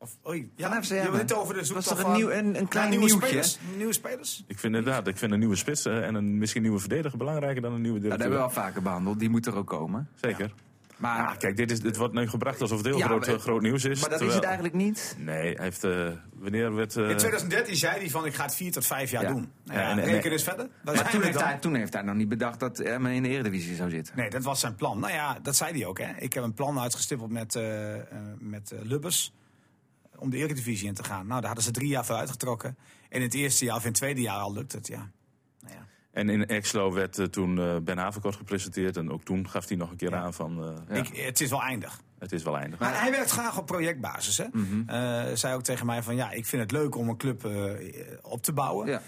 Speaker 4: Of, oei,
Speaker 2: Van
Speaker 4: ja,
Speaker 2: FCM,
Speaker 4: je hebt het
Speaker 2: hè?
Speaker 4: over de
Speaker 2: Was
Speaker 4: zoektocht
Speaker 2: toch een
Speaker 4: van-
Speaker 2: nieuw- een- een
Speaker 4: naar
Speaker 2: klein
Speaker 4: nieuwe
Speaker 2: nieuwtje, hè?
Speaker 4: Spelers, nieuwe spelers?
Speaker 3: Ik vind inderdaad, ik vind een nieuwe spits eh, en een misschien nieuwe verdediger belangrijker dan een nieuwe
Speaker 2: Nou, dat
Speaker 3: directeur.
Speaker 2: hebben we al vaker behandeld. Die moet er ook komen.
Speaker 3: Zeker.
Speaker 2: Maar,
Speaker 3: Ah, kijk, dit, is, dit wordt nu gebracht alsof het heel
Speaker 2: Ja,
Speaker 3: groot,
Speaker 2: maar-
Speaker 3: eh, groot nieuws is.
Speaker 2: maar dat is
Speaker 3: terwijl-
Speaker 2: het eigenlijk niet.
Speaker 3: Nee, hij heeft, eh, wanneer werd... eh,
Speaker 4: In 2013 zei hij van, ik ga het vier tot vijf jaar
Speaker 2: Ja.
Speaker 4: doen. Nou ja,
Speaker 3: Ja, en- en-
Speaker 4: reken eens verder. Waar zijn
Speaker 2: Maar toen
Speaker 4: we
Speaker 2: heeft,
Speaker 4: dan?
Speaker 2: hij, toen heeft hij nog niet bedacht dat Emmen in de Eredivisie zou zitten.
Speaker 4: Nee, dat was zijn plan. Nou ja, dat zei hij ook. Hè. Ik heb een plan uitgestippeld met, eh, eh, met eh, Lubbers om de Eredivisie in te gaan. Nou, daar hadden ze drie jaar voor uitgetrokken. En in het eerste jaar of in het tweede jaar al lukt het, ja. Nou ja.
Speaker 3: En in Exlo werd eh, toen eh, Ben Havenkort gepresenteerd. En ook toen gaf hij nog een keer aan van eh,
Speaker 2: Ja.
Speaker 4: Ik, het is wel eindig.
Speaker 3: het is wel eindig.
Speaker 4: Maar Mhm. hij werkt graag op projectbasis. Hè? Eh, zei ook tegen mij van ja, eh, ik vind het leuk om een club eh, op te bouwen.
Speaker 2: Ja.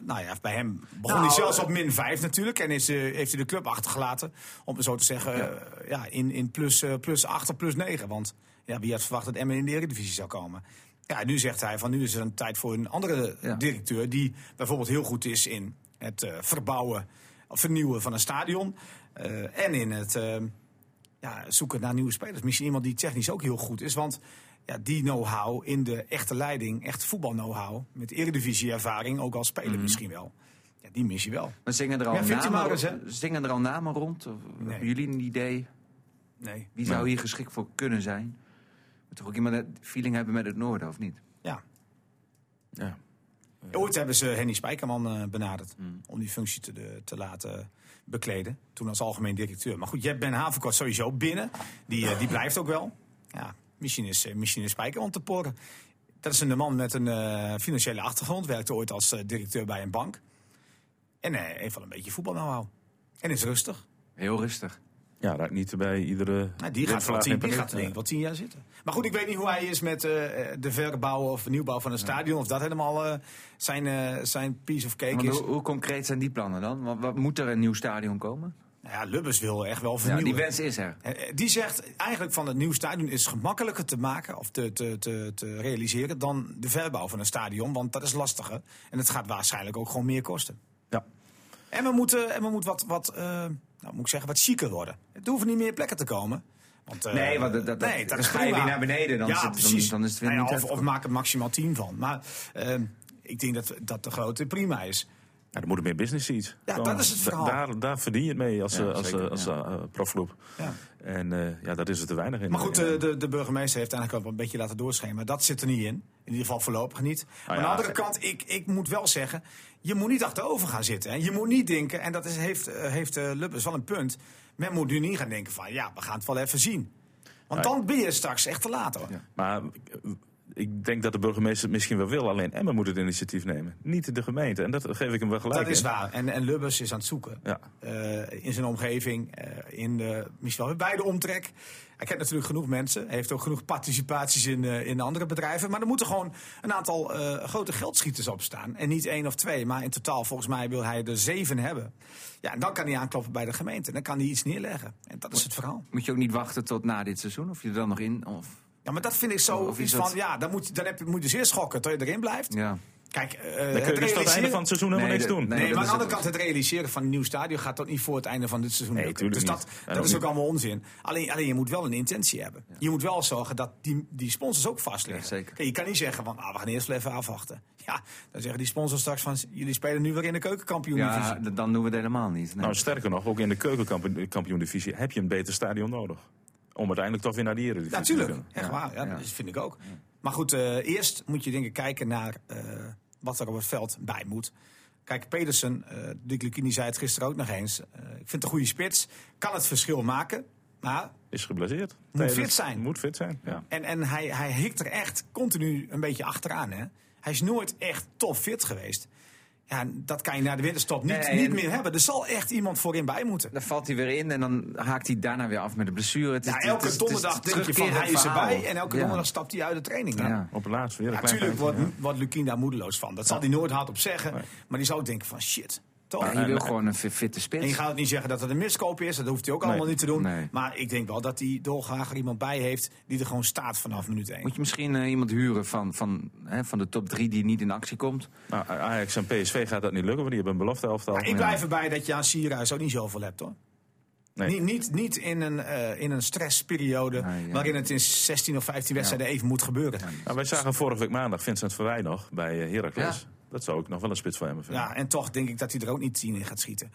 Speaker 4: Nou ja, bij hem begon
Speaker 1: Nou,
Speaker 4: hij zelfs op min 5 natuurlijk. En is, eh, heeft hij de club achtergelaten. Om het zo te zeggen, eh, ja, in, in plus, eh, plus 8 of plus 9. Want ja, wie had verwacht dat Emmen in de Eredivisie zou komen? Ja, nu zegt hij van nu is er een tijd voor een andere
Speaker 2: Ja.
Speaker 4: directeur. Die bijvoorbeeld heel goed is in het eh, verbouwen, of vernieuwen van een stadion. eh, en in het eh, ja, zoeken naar nieuwe spelers. Misschien iemand die technisch ook heel goed is. Want ja, die know-how in de echte leiding, echt voetbal-know-how. Met eredivisie-ervaring, ook als speler misschien wel. Ja, die mis je wel.
Speaker 2: Maar zingen er al,
Speaker 4: Ja, vindt hij
Speaker 2: namen,
Speaker 4: maar eens, hè?
Speaker 2: zingen er al namen rond? Of
Speaker 4: Nee.
Speaker 2: Hebben jullie een idee?
Speaker 4: Nee.
Speaker 2: Wie zou hier geschikt voor kunnen zijn? Moet toch ook iemand een feeling hebben met het noorden, of niet?
Speaker 4: Ja. Eh,
Speaker 3: Ja.
Speaker 4: Ooit hebben ze Henny Spijkerman eh, benaderd. Om die functie te, de- te laten bekleden. Toen als algemeen directeur. Maar goed, je hebt Ben Havenkort sowieso binnen. Die, eh, die blijft ook wel. Ja, misschien is, eh, misschien is Spijkerman te porren. Dat is een man met een eh, financiële achtergrond. Werkte ooit als eh, directeur bij een bank. En eh, heeft wel een beetje voetbal nou En is rustig.
Speaker 2: Heel rustig.
Speaker 3: Ja, raakt niet bij iedere.
Speaker 4: Nou, die gaat, wel
Speaker 3: windvlaag
Speaker 4: tien,
Speaker 3: in
Speaker 4: die
Speaker 3: paniek.
Speaker 4: gaat denk
Speaker 2: eh,
Speaker 4: ik wel tien jaar zitten. Maar goed, ik weet niet hoe hij is met eh, eh, de verbouw of nieuwbouw van een stadion. Of dat helemaal eh, zijn, eh, zijn piece of cake
Speaker 2: Want
Speaker 4: is.
Speaker 2: hoe, hoe concreet zijn die plannen dan? Wat, wat- moet er een nieuw stadion komen?
Speaker 4: Nou ja, Lubbers wil echt wel
Speaker 2: Ja,
Speaker 4: vernieuwen.
Speaker 2: die wens is er.
Speaker 4: Eh, eh, Die zegt eigenlijk van het nieuw stadion is gemakkelijker te maken of te, te, te, te realiseren dan de verbouw van een stadion. Want dat is lastiger en het gaat waarschijnlijk ook gewoon meer kosten.
Speaker 3: Ja.
Speaker 4: En we moeten, en we moeten wat, wat, eh, nou, moet ik zeggen, wat chiquer worden. Er hoeven niet meer plekken te komen. Want, eh,
Speaker 2: Nee, want dat- dat-
Speaker 4: nee,
Speaker 2: dat
Speaker 4: dat is
Speaker 2: ga je
Speaker 4: prima.
Speaker 2: weer naar beneden, dan
Speaker 4: ja,
Speaker 2: zit- dan-
Speaker 4: precies.
Speaker 2: dan is het weer
Speaker 4: Nou ja,
Speaker 2: niet
Speaker 4: of, of
Speaker 2: uitgekomen.
Speaker 4: maak er maximaal 10 van. Maar eh, ik denk dat, dat de grote prima is.
Speaker 3: Ja, er moeten meer business seats.
Speaker 4: Ja,
Speaker 3: Komen.
Speaker 4: dat is het
Speaker 3: Da-
Speaker 4: verhaal.
Speaker 3: Daar, daar verdien je het mee als,
Speaker 2: Ja,
Speaker 3: eh, als, eh,
Speaker 2: zeker,
Speaker 3: als
Speaker 2: ja.
Speaker 3: eh, profgroep.
Speaker 4: Ja.
Speaker 3: En eh, ja, dat is er te weinig in.
Speaker 4: Maar goed,
Speaker 3: In-
Speaker 4: eh, de, de burgemeester heeft eigenlijk wel een beetje laten doorschemeren. Dat zit er niet in. In ieder geval voorlopig niet. Maar aan de
Speaker 3: ja,
Speaker 4: andere
Speaker 3: eh,
Speaker 4: kant, ik, ik moet wel zeggen... je moet niet achterover gaan zitten. Hè. Je moet niet denken, en dat is, heeft, eh, heeft eh, Lubbers wel een punt... men moet nu niet gaan denken van, ja, we gaan het wel even zien. Want
Speaker 3: Nee.
Speaker 4: dan ben je straks echt te laat, hoor.
Speaker 3: Maar eh, ik denk dat de burgemeester het misschien wel wil. Alleen Emmen moet het initiatief nemen. Niet de gemeente. En dat geef ik hem wel gelijk.
Speaker 4: Dat is
Speaker 3: in.
Speaker 4: waar. En, en Lubbers is aan het zoeken.
Speaker 3: Ja.
Speaker 4: Eh, in zijn omgeving, eh, in de, misschien wel bij de omtrek. Hij kent natuurlijk genoeg mensen. Hij heeft ook genoeg participaties in, eh, in andere bedrijven. Maar er moeten gewoon een aantal eh, grote geldschieters op staan. En niet één of twee, maar in totaal volgens mij wil hij er zeven hebben. Ja, en dan kan hij aankloppen bij de gemeente. En dan kan hij iets neerleggen. En dat is het verhaal.
Speaker 2: Moet je ook niet wachten tot na dit seizoen? Of je er dan nog in... Of,
Speaker 4: Ja, maar dat vind ik
Speaker 2: Of
Speaker 4: zo
Speaker 2: is
Speaker 4: iets
Speaker 2: dat-
Speaker 4: van... Ja, dan moet, je- dan heb, je- moet je zeer schokken tot je erin blijft.
Speaker 2: ja.
Speaker 4: Kijk, eh,
Speaker 3: Dan kun je dus tot het einde van het seizoen helemaal
Speaker 2: Nee,
Speaker 3: niks
Speaker 2: dat-
Speaker 3: doen.
Speaker 2: nee.
Speaker 4: Nee, maar aan
Speaker 2: is
Speaker 4: de andere
Speaker 2: het
Speaker 4: kant, het realiseren van een nieuw stadion gaat toch niet voor het einde van dit seizoen.
Speaker 3: Nee,
Speaker 4: lukken.
Speaker 3: tuurlijk
Speaker 4: dus
Speaker 3: niet.
Speaker 4: dat,
Speaker 3: En
Speaker 4: dat
Speaker 3: ook
Speaker 4: is ook
Speaker 3: niet.
Speaker 4: allemaal onzin. Alleen, alleen je moet wel een intentie hebben. Je moet wel zorgen dat die, die sponsors ook vastliggen.
Speaker 2: Ja, zeker.
Speaker 4: Kijk, je kan niet zeggen van, ah, we gaan eerst wel even afwachten. Ja, dan zeggen die sponsors straks van, jullie spelen nu weer in de keukenkampioen
Speaker 2: Ja, d- dan doen we het helemaal niet. Nee.
Speaker 3: Nou, sterker nog, ook in de keukenkampioen-divisie heb je een beter stadion nodig. Om uiteindelijk toch weer naar die Eredivisie
Speaker 4: Natuurlijk,
Speaker 3: te kunnen.
Speaker 4: echt
Speaker 2: Ja,
Speaker 4: waar. Ja,
Speaker 2: ja.
Speaker 4: Dat vind ik ook. Maar goed, eh, eerst moet je denk ik kijken naar eh, wat er op het veld bij moet. Kijk, Pedersen, eh Dick Lukini zei het gisteren ook nog eens. eh, ik vind het een goede spits. Kan het verschil maken. Maar
Speaker 3: Is geblesseerd.
Speaker 4: Moet
Speaker 3: Tijdens-
Speaker 4: fit zijn.
Speaker 3: Moet fit zijn, ja.
Speaker 4: En, en hij, hij hikt er echt continu een beetje achteraan. Hè? Hij is nooit echt topfit geweest. Ja, en dat kan je na de winterstop niet,
Speaker 2: Nee,
Speaker 4: niet
Speaker 2: en-
Speaker 4: meer hebben. Er zal echt iemand voorin bij moeten.
Speaker 2: Dan valt hij weer in en dan haakt hij daarna weer af met een blessure. Het is-
Speaker 4: Ja,
Speaker 2: het is-
Speaker 4: elke
Speaker 2: het is-
Speaker 4: donderdag
Speaker 2: het is
Speaker 4: denk je van hij
Speaker 2: terugkerend
Speaker 4: is erbij.
Speaker 2: verhaal.
Speaker 4: En elke
Speaker 2: Ja.
Speaker 4: donderdag stapt hij uit de training.
Speaker 2: Ja.
Speaker 4: Ja.
Speaker 3: Op het laatst weer een klein
Speaker 4: Natuurlijk
Speaker 3: puntje,
Speaker 4: wordt, wordt Lukien daar moedeloos van. Dat zal hij nooit hardop zeggen. Maar die zou ook denken van shit, toch?
Speaker 2: Ja, je wil
Speaker 3: En-
Speaker 2: gewoon een fi- fitte
Speaker 4: En je
Speaker 2: spits.
Speaker 4: gaat het niet zeggen dat het een miskoop is. Dat hoeft hij ook allemaal
Speaker 3: Nee.
Speaker 4: niet te doen.
Speaker 2: Nee.
Speaker 4: Maar ik denk wel dat hij dolgraag er iemand bij heeft... die er gewoon staat vanaf minuut 1.
Speaker 2: Moet je misschien eh, iemand huren van, van, hè, van de top drie die niet in actie komt?
Speaker 3: Nou, Ajax en PSV gaat dat niet lukken, want die hebben een belofte elftal.
Speaker 4: Maar Nou, ik blijf erbij dat je aan Sierhuis ook niet zoveel hebt hoor.
Speaker 3: Nee.
Speaker 4: Niet, niet, niet in, een, eh, in een stressperiode
Speaker 2: Nee, ja.
Speaker 4: waarin het in 16 of 15 wedstrijden even moet gebeuren. Ja.
Speaker 3: Nou, wij zagen vorige week maandag Vincent Verwij nog bij eh, Heracles.
Speaker 2: Ja.
Speaker 3: Dat zou ik nog wel een spits van hem vinden.
Speaker 4: en toch denk ik dat hij er ook niet 10 in gaat schieten.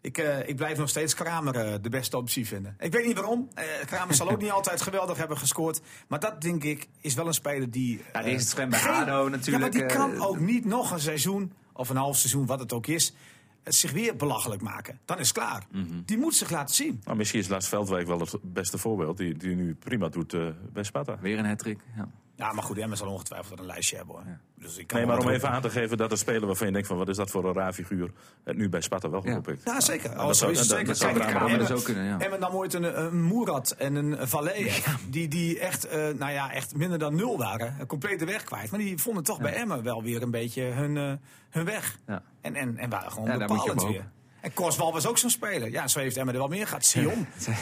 Speaker 4: Ik, eh, ik blijf nog steeds Kramer eh, de beste optie vinden. Ik weet niet waarom. Eh, Kramer zal ook niet altijd geweldig hebben gescoord. Maar dat denk ik is wel een speler die.
Speaker 2: Ja,
Speaker 4: eh,
Speaker 2: die is het schijn bij
Speaker 4: geen-
Speaker 2: ADO
Speaker 4: Ja, maar
Speaker 2: natuurlijk,
Speaker 4: die
Speaker 2: eh,
Speaker 4: kan ook niet nog een seizoen of een half seizoen, wat het ook is, het zich weer belachelijk maken. Dan is het klaar.
Speaker 2: Mhm.
Speaker 4: Die moet zich laten zien.
Speaker 3: Nou, misschien is Lars Veldwijk wel het beste voorbeeld. Die, die nu prima doet eh, bij Sparta.
Speaker 2: Weer een hattrick. Ja.
Speaker 4: Ja, maar goed, Emmen zal ongetwijfeld wel een lijstje hebben hoor. Dus ik kan
Speaker 3: Nee,
Speaker 4: wel
Speaker 3: maar om
Speaker 4: wat
Speaker 3: even
Speaker 4: roepen.
Speaker 3: aan te geven dat er spelen waarvan je denkt van wat is dat voor een raar figuur. Het nu bij Sparta wel goed
Speaker 2: Ja.
Speaker 3: oppikt.
Speaker 4: Ja, zeker.
Speaker 3: dat
Speaker 4: Als
Speaker 3: zou-
Speaker 4: is het
Speaker 3: dat-
Speaker 4: zeker.
Speaker 3: dat zou
Speaker 4: Kijk,
Speaker 3: drama
Speaker 4: Emmen-
Speaker 2: hebben. Dat zou kunnen, ja.
Speaker 4: Emmen dan ooit een, eh, een Moerat en een Valet. Die, die echt, eh, nou ja, echt minder dan nul waren. Een complete weg kwijt. Maar die vonden toch bij Emmen wel weer een beetje hun, eh, hun weg.
Speaker 2: Ja.
Speaker 4: En, en, en waren gewoon
Speaker 2: Ja, daar moet je
Speaker 4: bepalend
Speaker 2: op
Speaker 4: weer. En Korswal was ook zo'n speler. Ja, zo heeft Emmen er wel meer gehad. Sion.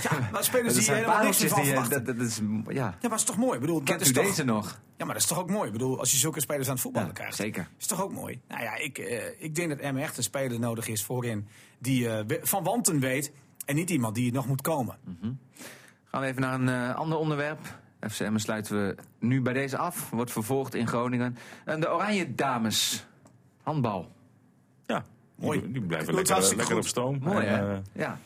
Speaker 4: Ja, maar spelers
Speaker 2: Dat
Speaker 4: Dus die
Speaker 2: zijn
Speaker 4: helemaal niks
Speaker 2: pareltjes
Speaker 4: van
Speaker 2: die... eh,
Speaker 4: verwachten.
Speaker 2: Dat, dat is, ja.
Speaker 4: Ja, maar is toch mooi? Ik bedoel, dat
Speaker 2: Kent
Speaker 4: is
Speaker 2: u
Speaker 4: toch,
Speaker 2: deze nog?
Speaker 4: Ja, maar dat is toch ook mooi? Ik bedoel, als je zulke spelers aan het voetballen
Speaker 2: Ja,
Speaker 4: krijgt.
Speaker 2: zeker.
Speaker 4: Is toch ook mooi? Nou ja, ik, eh, ik denk dat Emmen echt een speler nodig is voorin die eh, we- van wanten weet. En niet iemand die nog moet komen.
Speaker 2: Hm. Gaan we even naar een eh, ander onderwerp. FCM sluiten we nu bij deze af. Wordt vervolgd in Groningen. En de Oranje Dames. Handbal.
Speaker 3: Ja,
Speaker 4: Mooi.
Speaker 3: Die, die blijven
Speaker 4: Doet
Speaker 3: lekker,
Speaker 4: hartstikke
Speaker 3: lekker
Speaker 4: goed.
Speaker 3: op stoom.
Speaker 2: Mooi,
Speaker 3: En,
Speaker 2: hè?
Speaker 3: eh,
Speaker 2: ja.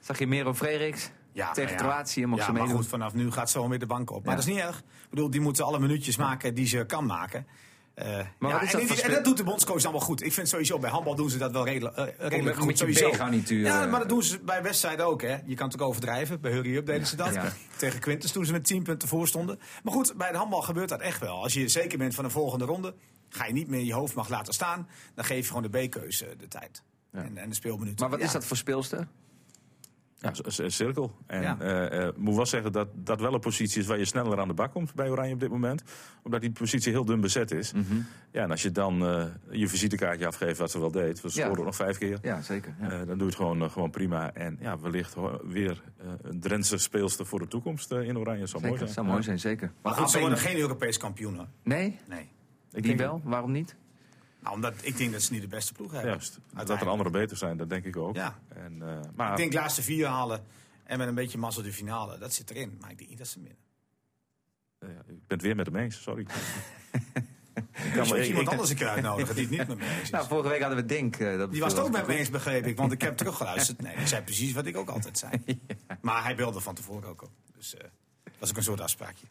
Speaker 2: Zag je Mero Frederiks
Speaker 4: Ja,
Speaker 2: tegen
Speaker 4: nou ja.
Speaker 2: Kroatië? Mocht
Speaker 4: ja,
Speaker 2: ze
Speaker 4: maar
Speaker 2: meedoen.
Speaker 4: goed, vanaf nu gaat ze gewoon weer de bank op. Maar
Speaker 2: Ja.
Speaker 4: dat is niet erg. Ik bedoel, die moeten alle minuutjes maken die ze kan maken. Eh,
Speaker 2: wat
Speaker 4: ja,
Speaker 2: is
Speaker 4: en,
Speaker 2: dat voor
Speaker 4: en
Speaker 2: speel-
Speaker 4: dat doet de bondscoach dan wel goed. Ik vind sowieso, bij handbal doen ze dat wel redelijk, eh,
Speaker 2: Om
Speaker 4: redelijk
Speaker 2: even
Speaker 4: goed.
Speaker 2: met je
Speaker 4: Sowieso.
Speaker 2: B-garnituur,
Speaker 4: Ja,
Speaker 2: eh.
Speaker 4: maar dat doen ze bij wedstrijden ook. Hè. Je kan het ook overdrijven. Bij Hurry Up deden ze dat.
Speaker 2: Ja.
Speaker 4: Tegen Quintus toen ze met 10 punten voor stonden. Maar goed, bij de handbal gebeurt dat echt wel. Als je zeker bent van de volgende ronde, ga je niet meer je hoofd mag laten staan. Dan geef je gewoon de B-keuze eh, de tijd. En, en de speelminuten.
Speaker 2: Maar wat
Speaker 4: Ja.
Speaker 2: is dat voor speelster?
Speaker 3: Ja, c- c- cirkel. En
Speaker 4: Ja.
Speaker 3: eh, eh, moet wel zeggen dat dat wel een positie is waar je sneller aan de bak komt bij Oranje op dit moment. Omdat die positie heel dun bezet is. Ja, en als je dan eh, je visitekaartje afgeeft, wat ze wel deed. We scoren
Speaker 2: Ja.
Speaker 3: nog vijf keer.
Speaker 2: Ja, zeker. Ja.
Speaker 3: Eh, dan doe je het gewoon, eh, gewoon prima. En ja, wellicht ho- weer eh, een Drentse speelster voor de toekomst eh, in Oranje. Zou
Speaker 2: zeker.
Speaker 3: mooi zijn.
Speaker 2: zou mooi zijn, zeker.
Speaker 4: Maar goed, ze
Speaker 2: Afweging-
Speaker 4: worden geen Europees kampioen hoor.
Speaker 2: Nee?
Speaker 4: Nee.
Speaker 3: Ik
Speaker 2: Die
Speaker 3: denk-
Speaker 2: wel? Waarom niet?
Speaker 4: Nou, omdat ik denk dat ze niet de beste ploeg hebben.
Speaker 3: Juist. Dat er
Speaker 4: Uiteindelijk.
Speaker 3: anderen beter zijn, dat denk ik ook.
Speaker 4: Ja.
Speaker 3: En, eh, maar
Speaker 4: Ik denk laatste vier halen en met een beetje mazzel de finale. Dat zit erin, maar ik denk niet dat ze winnen.
Speaker 3: eh, ik ben het weer met hem eens, sorry. Ik kan wel-
Speaker 4: Dus moet je
Speaker 3: ik-
Speaker 4: iemand
Speaker 3: ik-
Speaker 4: anders een keer uitnodigen die het niet met me eens
Speaker 2: Nou,
Speaker 4: is.
Speaker 2: vorige week hadden we Denk. eh, dat
Speaker 4: Die was het ook
Speaker 2: bijvoorbeeld-
Speaker 4: met me eens, begreep ik, want ik heb teruggeluisterd. Nee, ik zei precies wat ik ook altijd zei. Maar hij belde van tevoren ook op. Dus eh, dat was ook een soort afspraakje.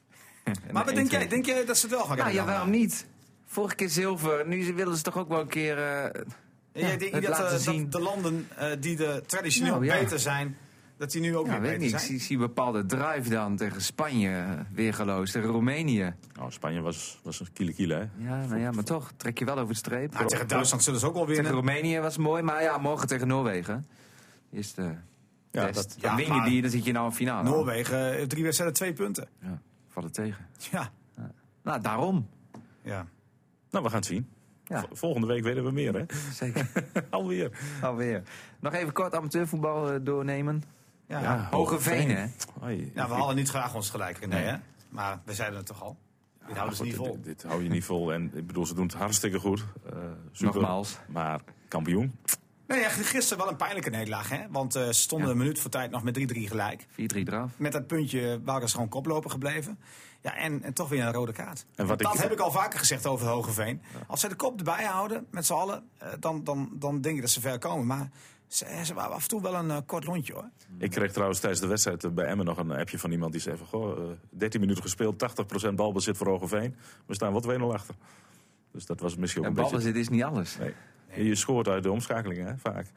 Speaker 4: Maar wat
Speaker 2: één,
Speaker 4: denk jij?
Speaker 2: twee.
Speaker 4: Denk jij dat ze het wel gaan
Speaker 2: Nou
Speaker 4: redden
Speaker 2: ja,
Speaker 4: dan? eh?
Speaker 2: waarom niet? Vorige keer zilver, nu willen ze toch ook wel een keer. eh,
Speaker 4: En
Speaker 2: ja,
Speaker 4: jij
Speaker 2: het
Speaker 4: denkt niet dat, eh,
Speaker 2: laten
Speaker 4: dat
Speaker 2: zien.
Speaker 4: de landen eh, die de traditioneel
Speaker 2: Nou, ja.
Speaker 4: beter zijn, dat die nu ook
Speaker 2: Ja,
Speaker 4: weer
Speaker 2: weet ik
Speaker 4: beter
Speaker 2: niet. Ik
Speaker 4: zijn?
Speaker 2: zie, zie bepaalde drive dan tegen Spanje eh, weergeloos, tegen Roemenië.
Speaker 3: Nou, Spanje was, was een kiele kiele, hè?
Speaker 2: Ja, nou ja, maar toch, trek je wel over de streep.
Speaker 4: Nou, tegen Duitsland zullen ze ook wel
Speaker 2: Tegen
Speaker 4: winnen.
Speaker 2: Roemenië was mooi, maar ja, morgen tegen Noorwegen. Is de
Speaker 3: Ja,
Speaker 2: test.
Speaker 3: dat-
Speaker 2: dan
Speaker 4: ja,
Speaker 2: win je
Speaker 4: maar-
Speaker 2: die, dan zit je nou in finale.
Speaker 4: Noorwegen, eh, drie wedstrijden, twee punten.
Speaker 2: Ja, vallen tegen.
Speaker 4: Ja,
Speaker 2: Nou, daarom.
Speaker 4: ja.
Speaker 3: Nou, we gaan het zien.
Speaker 2: Ja,
Speaker 3: Vol- Volgende week weten we meer, hè?
Speaker 2: zeker.
Speaker 3: Alweer.
Speaker 2: Alweer. Nog even kort amateurvoetbal eh, doornemen. Ah,
Speaker 4: ja.
Speaker 3: Ja.
Speaker 2: Hogeveen, hè?
Speaker 3: Oei,
Speaker 4: Nou, we
Speaker 3: ik-
Speaker 4: halen niet graag ons gelijk, René, hè? Maar we zeiden het toch al. Dit houden ze
Speaker 2: Ah,
Speaker 3: ah, goed,
Speaker 4: niet vol.
Speaker 3: Dit, dit hou je niet vol. En ik bedoel, ze doen het hartstikke goed. Eh, super.
Speaker 2: Nogmaals.
Speaker 3: Maar kampioen.
Speaker 4: Nee, ja, gisteren wel een pijnlijke nederlaag, hè? Want eh, ze stonden een minuut voor tijd nog met 3-3 gelijk.
Speaker 2: 4-3 eraf.
Speaker 4: Met dat puntje waren ze gewoon koploper gebleven. Ja, en, en toch weer een rode kaart.
Speaker 3: En wat
Speaker 4: dat
Speaker 3: ik-
Speaker 4: heb ik al vaker gezegd over Hogeveen. Als ze de kop erbij houden, met z'n allen, eh, dan, dan, dan denk ik dat ze ver komen. Maar ze, ze waren af en toe wel een eh, kort lontje, hoor.
Speaker 3: Ik kreeg trouwens tijdens de wedstrijd eh, bij Emmen nog een appje van iemand die zei van... Goh, eh, 13 minuten gespeeld, 80% balbezit voor Hogeveen. We staan wat 2-0 achter. Dus dat was misschien ook
Speaker 2: En
Speaker 3: een beetje...
Speaker 2: balbezit is niet alles.
Speaker 3: Nee. Je scoort uit de omschakelingen, hè, vaak.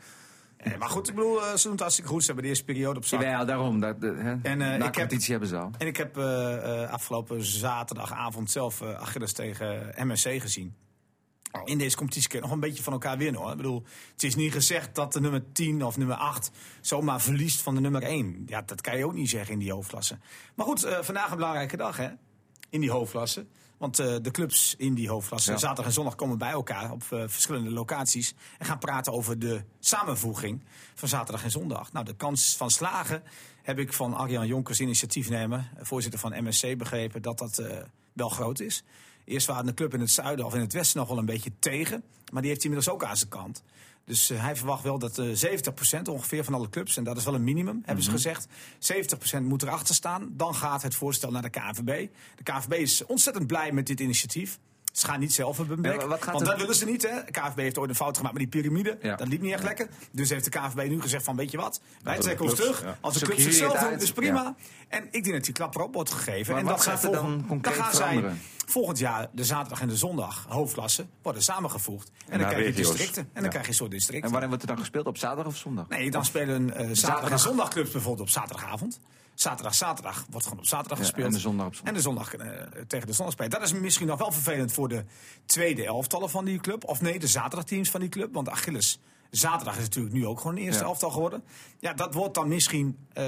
Speaker 4: Eh, maar goed, ik bedoel, eh, ze doen het hartstikke goed. Ze hebben de eerste periode op zak.
Speaker 2: Ja, daarom. Dat, eh, hè.
Speaker 4: En, eh, ik
Speaker 2: Na
Speaker 4: heb-
Speaker 2: competitie hebben ze al.
Speaker 4: En ik heb eh, eh, afgelopen zaterdagavond zelf eh, Achilles tegen MSC gezien. In deze competitie kun je nog een beetje van elkaar winnen hoor. Ik bedoel, het is niet gezegd dat de nummer 10 of nummer 8 zomaar verliest van de nummer 1. Ja, dat kan je ook niet zeggen in die hoofdklasse. Maar goed, eh, vandaag een belangrijke dag hè, in die hoofdklasse. Want eh, de clubs in die hoofdklasse,
Speaker 2: Ja.
Speaker 4: zaterdag en zondag, komen bij elkaar op eh, verschillende locaties. En gaan praten over de samenvoeging van zaterdag en zondag. Nou, de kans van slagen heb ik van Arjan Jonkers, initiatiefnemer, voorzitter van MSC, begrepen dat dat eh, wel groot is. Eerst waren de club in het zuiden of in het westen nog wel een beetje tegen. Maar die heeft hij inmiddels ook aan zijn kant. Dus eh, hij verwacht wel dat eh 70% ongeveer van alle clubs, en dat is wel een minimum, hebben
Speaker 2: Mhm.
Speaker 4: ze gezegd. 70% moet erachter staan. Dan gaat het voorstel naar de KNVB. De KNVB is ontzettend blij met dit initiatief. Ze gaan niet zelf hebben
Speaker 2: Ja,
Speaker 4: bek.
Speaker 2: maar wat gaat
Speaker 4: want
Speaker 2: er-
Speaker 4: dat willen ze niet, hè? De KNVB heeft ooit een fout gemaakt met die piramide.
Speaker 2: Ja.
Speaker 4: Dat liep niet echt lekker. Dus heeft de KNVB nu gezegd van, weet je wat, wij
Speaker 3: de
Speaker 4: trekken ons
Speaker 3: clubs,
Speaker 4: terug.
Speaker 3: ja.
Speaker 4: Als de
Speaker 2: Zoek
Speaker 4: club
Speaker 2: jullie
Speaker 4: zichzelf
Speaker 2: het
Speaker 4: doen,
Speaker 2: uit.
Speaker 4: is prima. En ik denk dat die klap erop wordt gegeven.
Speaker 2: Maar
Speaker 4: en
Speaker 2: wat
Speaker 4: dat zij
Speaker 2: gaat er dan
Speaker 4: volgend-
Speaker 2: concreet
Speaker 4: gaan zij
Speaker 2: veranderen?
Speaker 4: volgend jaar de zaterdag en de zondag hoofdklassen worden samengevoegd. En, dan
Speaker 3: naar
Speaker 4: krijg je
Speaker 3: regio's.
Speaker 4: districten. En dan
Speaker 3: Ja.
Speaker 4: krijg je een soort districten.
Speaker 2: En wanneer wordt er dan gespeeld? Op zaterdag of zondag?
Speaker 4: Nee, dan spelen eh zaterdag en
Speaker 2: Zaterdag.
Speaker 4: zondagclubs bijvoorbeeld op zaterdagavond. zaterdag, zaterdag wordt gewoon op zaterdag
Speaker 2: Ja,
Speaker 4: gespeeld.
Speaker 2: en de zondag op zondag.
Speaker 4: En de zondag eh, tegen de zondag spelen. Dat is misschien nog wel vervelend voor de tweede elftallen van die club. Of nee, de zaterdagteams van die club. Want Achilles, zaterdag is natuurlijk nu ook gewoon een eerste
Speaker 2: Ja.
Speaker 4: elftal geworden. Ja, dat wordt dan misschien eh,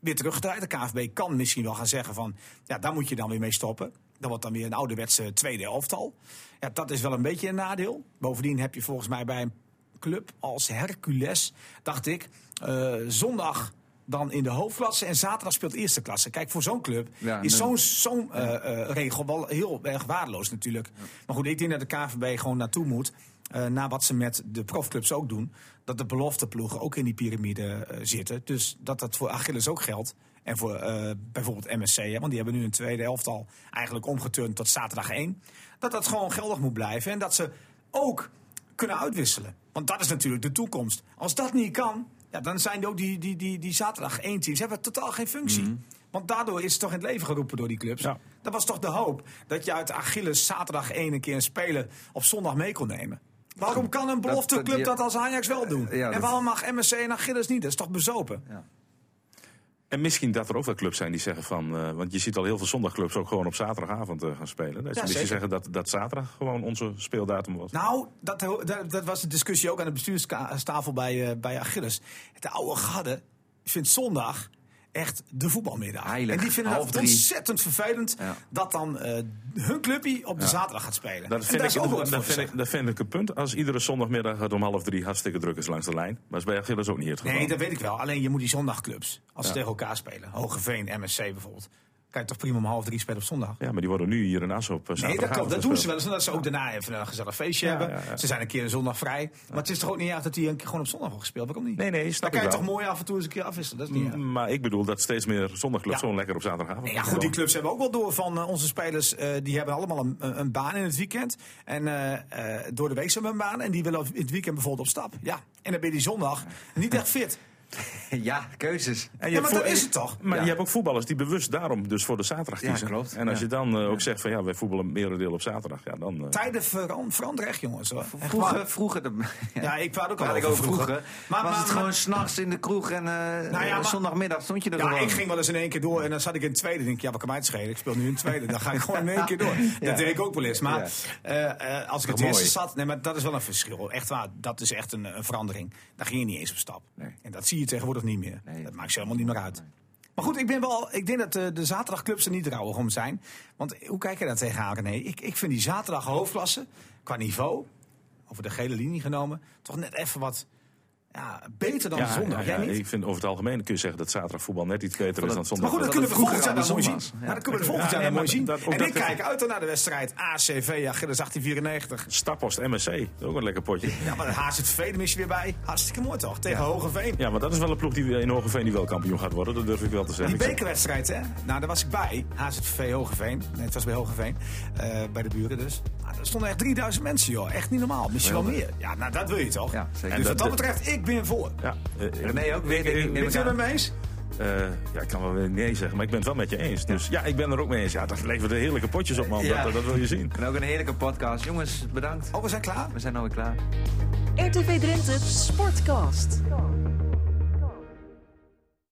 Speaker 4: weer teruggedraaid. De KNVB kan misschien wel gaan zeggen van, ja, daar moet je dan weer mee stoppen. Dat wordt dan weer een ouderwetse tweede elftal. Ja, dat is wel een beetje een nadeel. Bovendien heb je volgens mij bij een club als Hercules, dacht ik, eh, zondag dan in de hoofdklasse en zaterdag speelt eerste klasse. Kijk, voor zo'n club
Speaker 2: Ja,
Speaker 4: is
Speaker 2: en
Speaker 4: zo'n zo'n eh, eh, regel wel heel erg waardeloos natuurlijk. Maar goed, ik denk dat de KVB gewoon naartoe moet. eh na wat ze met de profclubs ook doen. Dat de belofteploegen ook in die piramide eh, zitten. Dus dat dat voor Achilles ook geldt. En voor eh, bijvoorbeeld MSC. Hè, want die hebben nu een tweede elftal eigenlijk omgeturnd tot zaterdag 1. Dat dat gewoon geldig moet blijven. En dat ze ook kunnen uitwisselen. Want dat is natuurlijk de toekomst. Als dat niet kan, ja, dan zijn ook die, die, die, die zaterdag 1 teams hebben totaal geen functie.
Speaker 2: Mhm.
Speaker 4: Want daardoor is het toch in het leven geroepen door die clubs.
Speaker 3: Ja.
Speaker 4: Dat was toch de hoop dat je uit Achilles zaterdag 1 een keer een speler op zondag mee kon nemen. Waarom kan een
Speaker 2: dat- ja.
Speaker 4: belofteclub dat als Ajax wel doen?
Speaker 2: Eh, ja,
Speaker 4: en
Speaker 2: dat-
Speaker 4: waarom mag MSC en Achilles niet? Dat is toch bezopen?
Speaker 3: En misschien dat er ook wel clubs zijn die zeggen van... eh, want je ziet al heel veel zondagclubs ook gewoon op zaterdagavond eh, gaan spelen. Dat
Speaker 4: Ja,
Speaker 3: ze misschien
Speaker 4: zeker.
Speaker 3: zeggen dat, dat zaterdag gewoon onze speeldatum was.
Speaker 4: Nou, dat, dat, dat was de discussie ook aan de bestuurstafel bij, eh, bij Achilles. Het oude gadde vindt zondag echt de voetbalmiddag.
Speaker 2: Heilig,
Speaker 4: en die vinden
Speaker 2: half
Speaker 4: het
Speaker 2: drie.
Speaker 4: ontzettend vervelend
Speaker 2: Ja.
Speaker 4: dat dan eh, hun clubje op de zaterdag gaat spelen.
Speaker 3: Dat
Speaker 4: En
Speaker 3: vind,
Speaker 4: daar
Speaker 3: ik,
Speaker 4: is ook wel wat
Speaker 3: dat,
Speaker 4: voor te
Speaker 3: vind ik, dat vind ik een punt. Als iedere zondagmiddag het om half drie hartstikke druk is langs de lijn. Maar is bij Achilles ook niet het geval.
Speaker 4: Nee, dat weet ik wel. Alleen je moet die zondagclubs, als ze tegen elkaar spelen. Hogeveen, MSC bijvoorbeeld. Kan je toch prima om half drie spelen op zondag?
Speaker 3: Ja, maar die worden nu hier in Assen op eh,
Speaker 4: Nee, dat,
Speaker 3: zaterdagavond
Speaker 4: kan, dat doen ze
Speaker 3: gespeeld.
Speaker 4: wel eens, omdat ze ook daarna even een gezellig feestje
Speaker 3: Ja,
Speaker 4: hebben.
Speaker 3: ja, ja.
Speaker 4: Ze zijn een keer een zondag vrij. Maar het is toch ook niet erg dat die een keer gewoon op zondag wordt gespeeld? Waarom niet?
Speaker 3: Nee, nee, snap
Speaker 4: Dan kan
Speaker 3: ik
Speaker 4: je
Speaker 3: wel. Mm.
Speaker 4: toch mooi af en toe eens een keer afwisselen? Dat is niet erg.
Speaker 3: Maar ik bedoel dat steeds meer zondagclubs
Speaker 4: Ja.
Speaker 3: gewoon lekker op zaterdagavond.
Speaker 4: Ja, goed, die clubs hebben ook wel door van eh, onze spelers. eh, die hebben allemaal een, een baan in het weekend. En eh, eh, door de week zijn we een baan. En die willen in het weekend bijvoorbeeld op stap. Ja, en dan ben je die zondag niet echt fit.
Speaker 2: Ja, keuzes.
Speaker 3: En je
Speaker 4: Ja,
Speaker 3: hebt
Speaker 4: maar dat
Speaker 3: voet-
Speaker 4: is het toch?
Speaker 3: Maar
Speaker 2: Ja.
Speaker 3: je hebt ook voetballers die bewust daarom dus voor de zaterdag
Speaker 2: Ja,
Speaker 3: kiezen.
Speaker 2: klopt.
Speaker 3: En als
Speaker 2: Ja.
Speaker 3: je dan eh, ook zegt van ja, wij voetballen merendeel op zaterdag. Ja, dan, eh,
Speaker 4: Tijden veran- veranderen echt, jongens. Hoor. Echt waar.
Speaker 2: Vroeger, vroeger de-
Speaker 4: Ja, ik praat ook al
Speaker 2: praat ik
Speaker 4: over
Speaker 2: over vroeger.
Speaker 4: vroeger.
Speaker 2: was
Speaker 4: Maar- maar- Nou
Speaker 2: het gewoon s'nachts in de kroeg en eh,
Speaker 4: maar-
Speaker 2: zondagmiddag stond je er
Speaker 4: Ja,
Speaker 2: gewoon.
Speaker 4: ik ging wel eens in één keer door en dan zat ik in tweede. denk ik, ja, wat kan mij het schelen? Ik speel nu in tweede. Dan ga ik gewoon in één keer door.
Speaker 2: Ja.
Speaker 4: Dat deed ik ook wel eens. Maar eh, eh, als ik het eerste
Speaker 2: mooi.
Speaker 4: zat, nee, maar dat is wel een verschil. Echt waar, dat is echt een, een verandering. Daar ging je niet eens op stap.
Speaker 2: Nee.
Speaker 4: En dat zie je tegenwoordig niet meer.
Speaker 2: Nee.
Speaker 4: Dat maakt ze helemaal niet meer uit. Maar goed, ik, ben wel, ik denk dat eh, de zaterdagclubs er niet rouwig om zijn. Want hoe kijk je daar tegenaan, René? Ik, ik vind die zaterdag hoofdklasse, qua niveau, over de gele linie genomen, toch net even wat ja, beter dan
Speaker 3: ja,
Speaker 4: zondag.
Speaker 3: ja,
Speaker 4: Jij
Speaker 3: ja,
Speaker 4: niet?
Speaker 3: ik vind over het algemeen kun je zeggen dat zaterdag voetbal net iets beter is dan zondag.
Speaker 4: Maar goed, dat
Speaker 2: Dat
Speaker 4: kunnen we
Speaker 2: het
Speaker 4: volgend jaar
Speaker 2: vroeger
Speaker 4: dan mooi
Speaker 2: andersom was.
Speaker 4: zien.
Speaker 2: Ja.
Speaker 4: Ja, dat kunnen we volgend
Speaker 3: Ja,
Speaker 4: jaar dan
Speaker 3: nee, maar
Speaker 4: mooi zien.
Speaker 3: dat- ook
Speaker 4: En
Speaker 3: dat
Speaker 4: ik
Speaker 3: is-
Speaker 4: kijk uit naar de wedstrijd ACV, Achilles 1894.
Speaker 3: Stappost MSC, ook een lekker potje.
Speaker 4: Ja, maar de HZV, er mis je weer bij. Hartstikke mooi toch? Tegen Hogeveen.
Speaker 3: Ja, maar dat is wel een ploeg die in Hogeveen die wel kampioen gaat worden. Dat durf ik wel te
Speaker 4: Die
Speaker 3: zeggen. Ik zeg-
Speaker 4: bekerwedstrijd, hè? Nou, daar was ik bij. HZV Hogeveen. Nee, het was bij Hogeveen. Eh, bij de buren dus. Maar er stonden echt 3000 mensen, joh. Echt niet normaal. Misschien wel meer. Ja, nou, dat wil je toch?
Speaker 2: Ja, zeker.
Speaker 4: Dus
Speaker 3: En dat-
Speaker 4: wat dat betreft, ik ben voor.
Speaker 3: Ja, eh,
Speaker 2: René ook, weet ik niet, neem
Speaker 4: Ben
Speaker 2: ik
Speaker 4: je
Speaker 2: aan.
Speaker 4: het ermee eens?
Speaker 3: eh, ja, ik kan wel weer nee zeggen, maar ik ben het wel met je eens. Dus ja, ik ben er ook mee eens. Ja, dat levert heerlijke potjes op, man.
Speaker 2: Ja.
Speaker 3: Dat, dat wil je zien.
Speaker 2: En ook een heerlijke podcast. Jongens, bedankt.
Speaker 4: Oh, we zijn klaar?
Speaker 2: We zijn alweer klaar.
Speaker 1: RTV Drenthe Sportcast.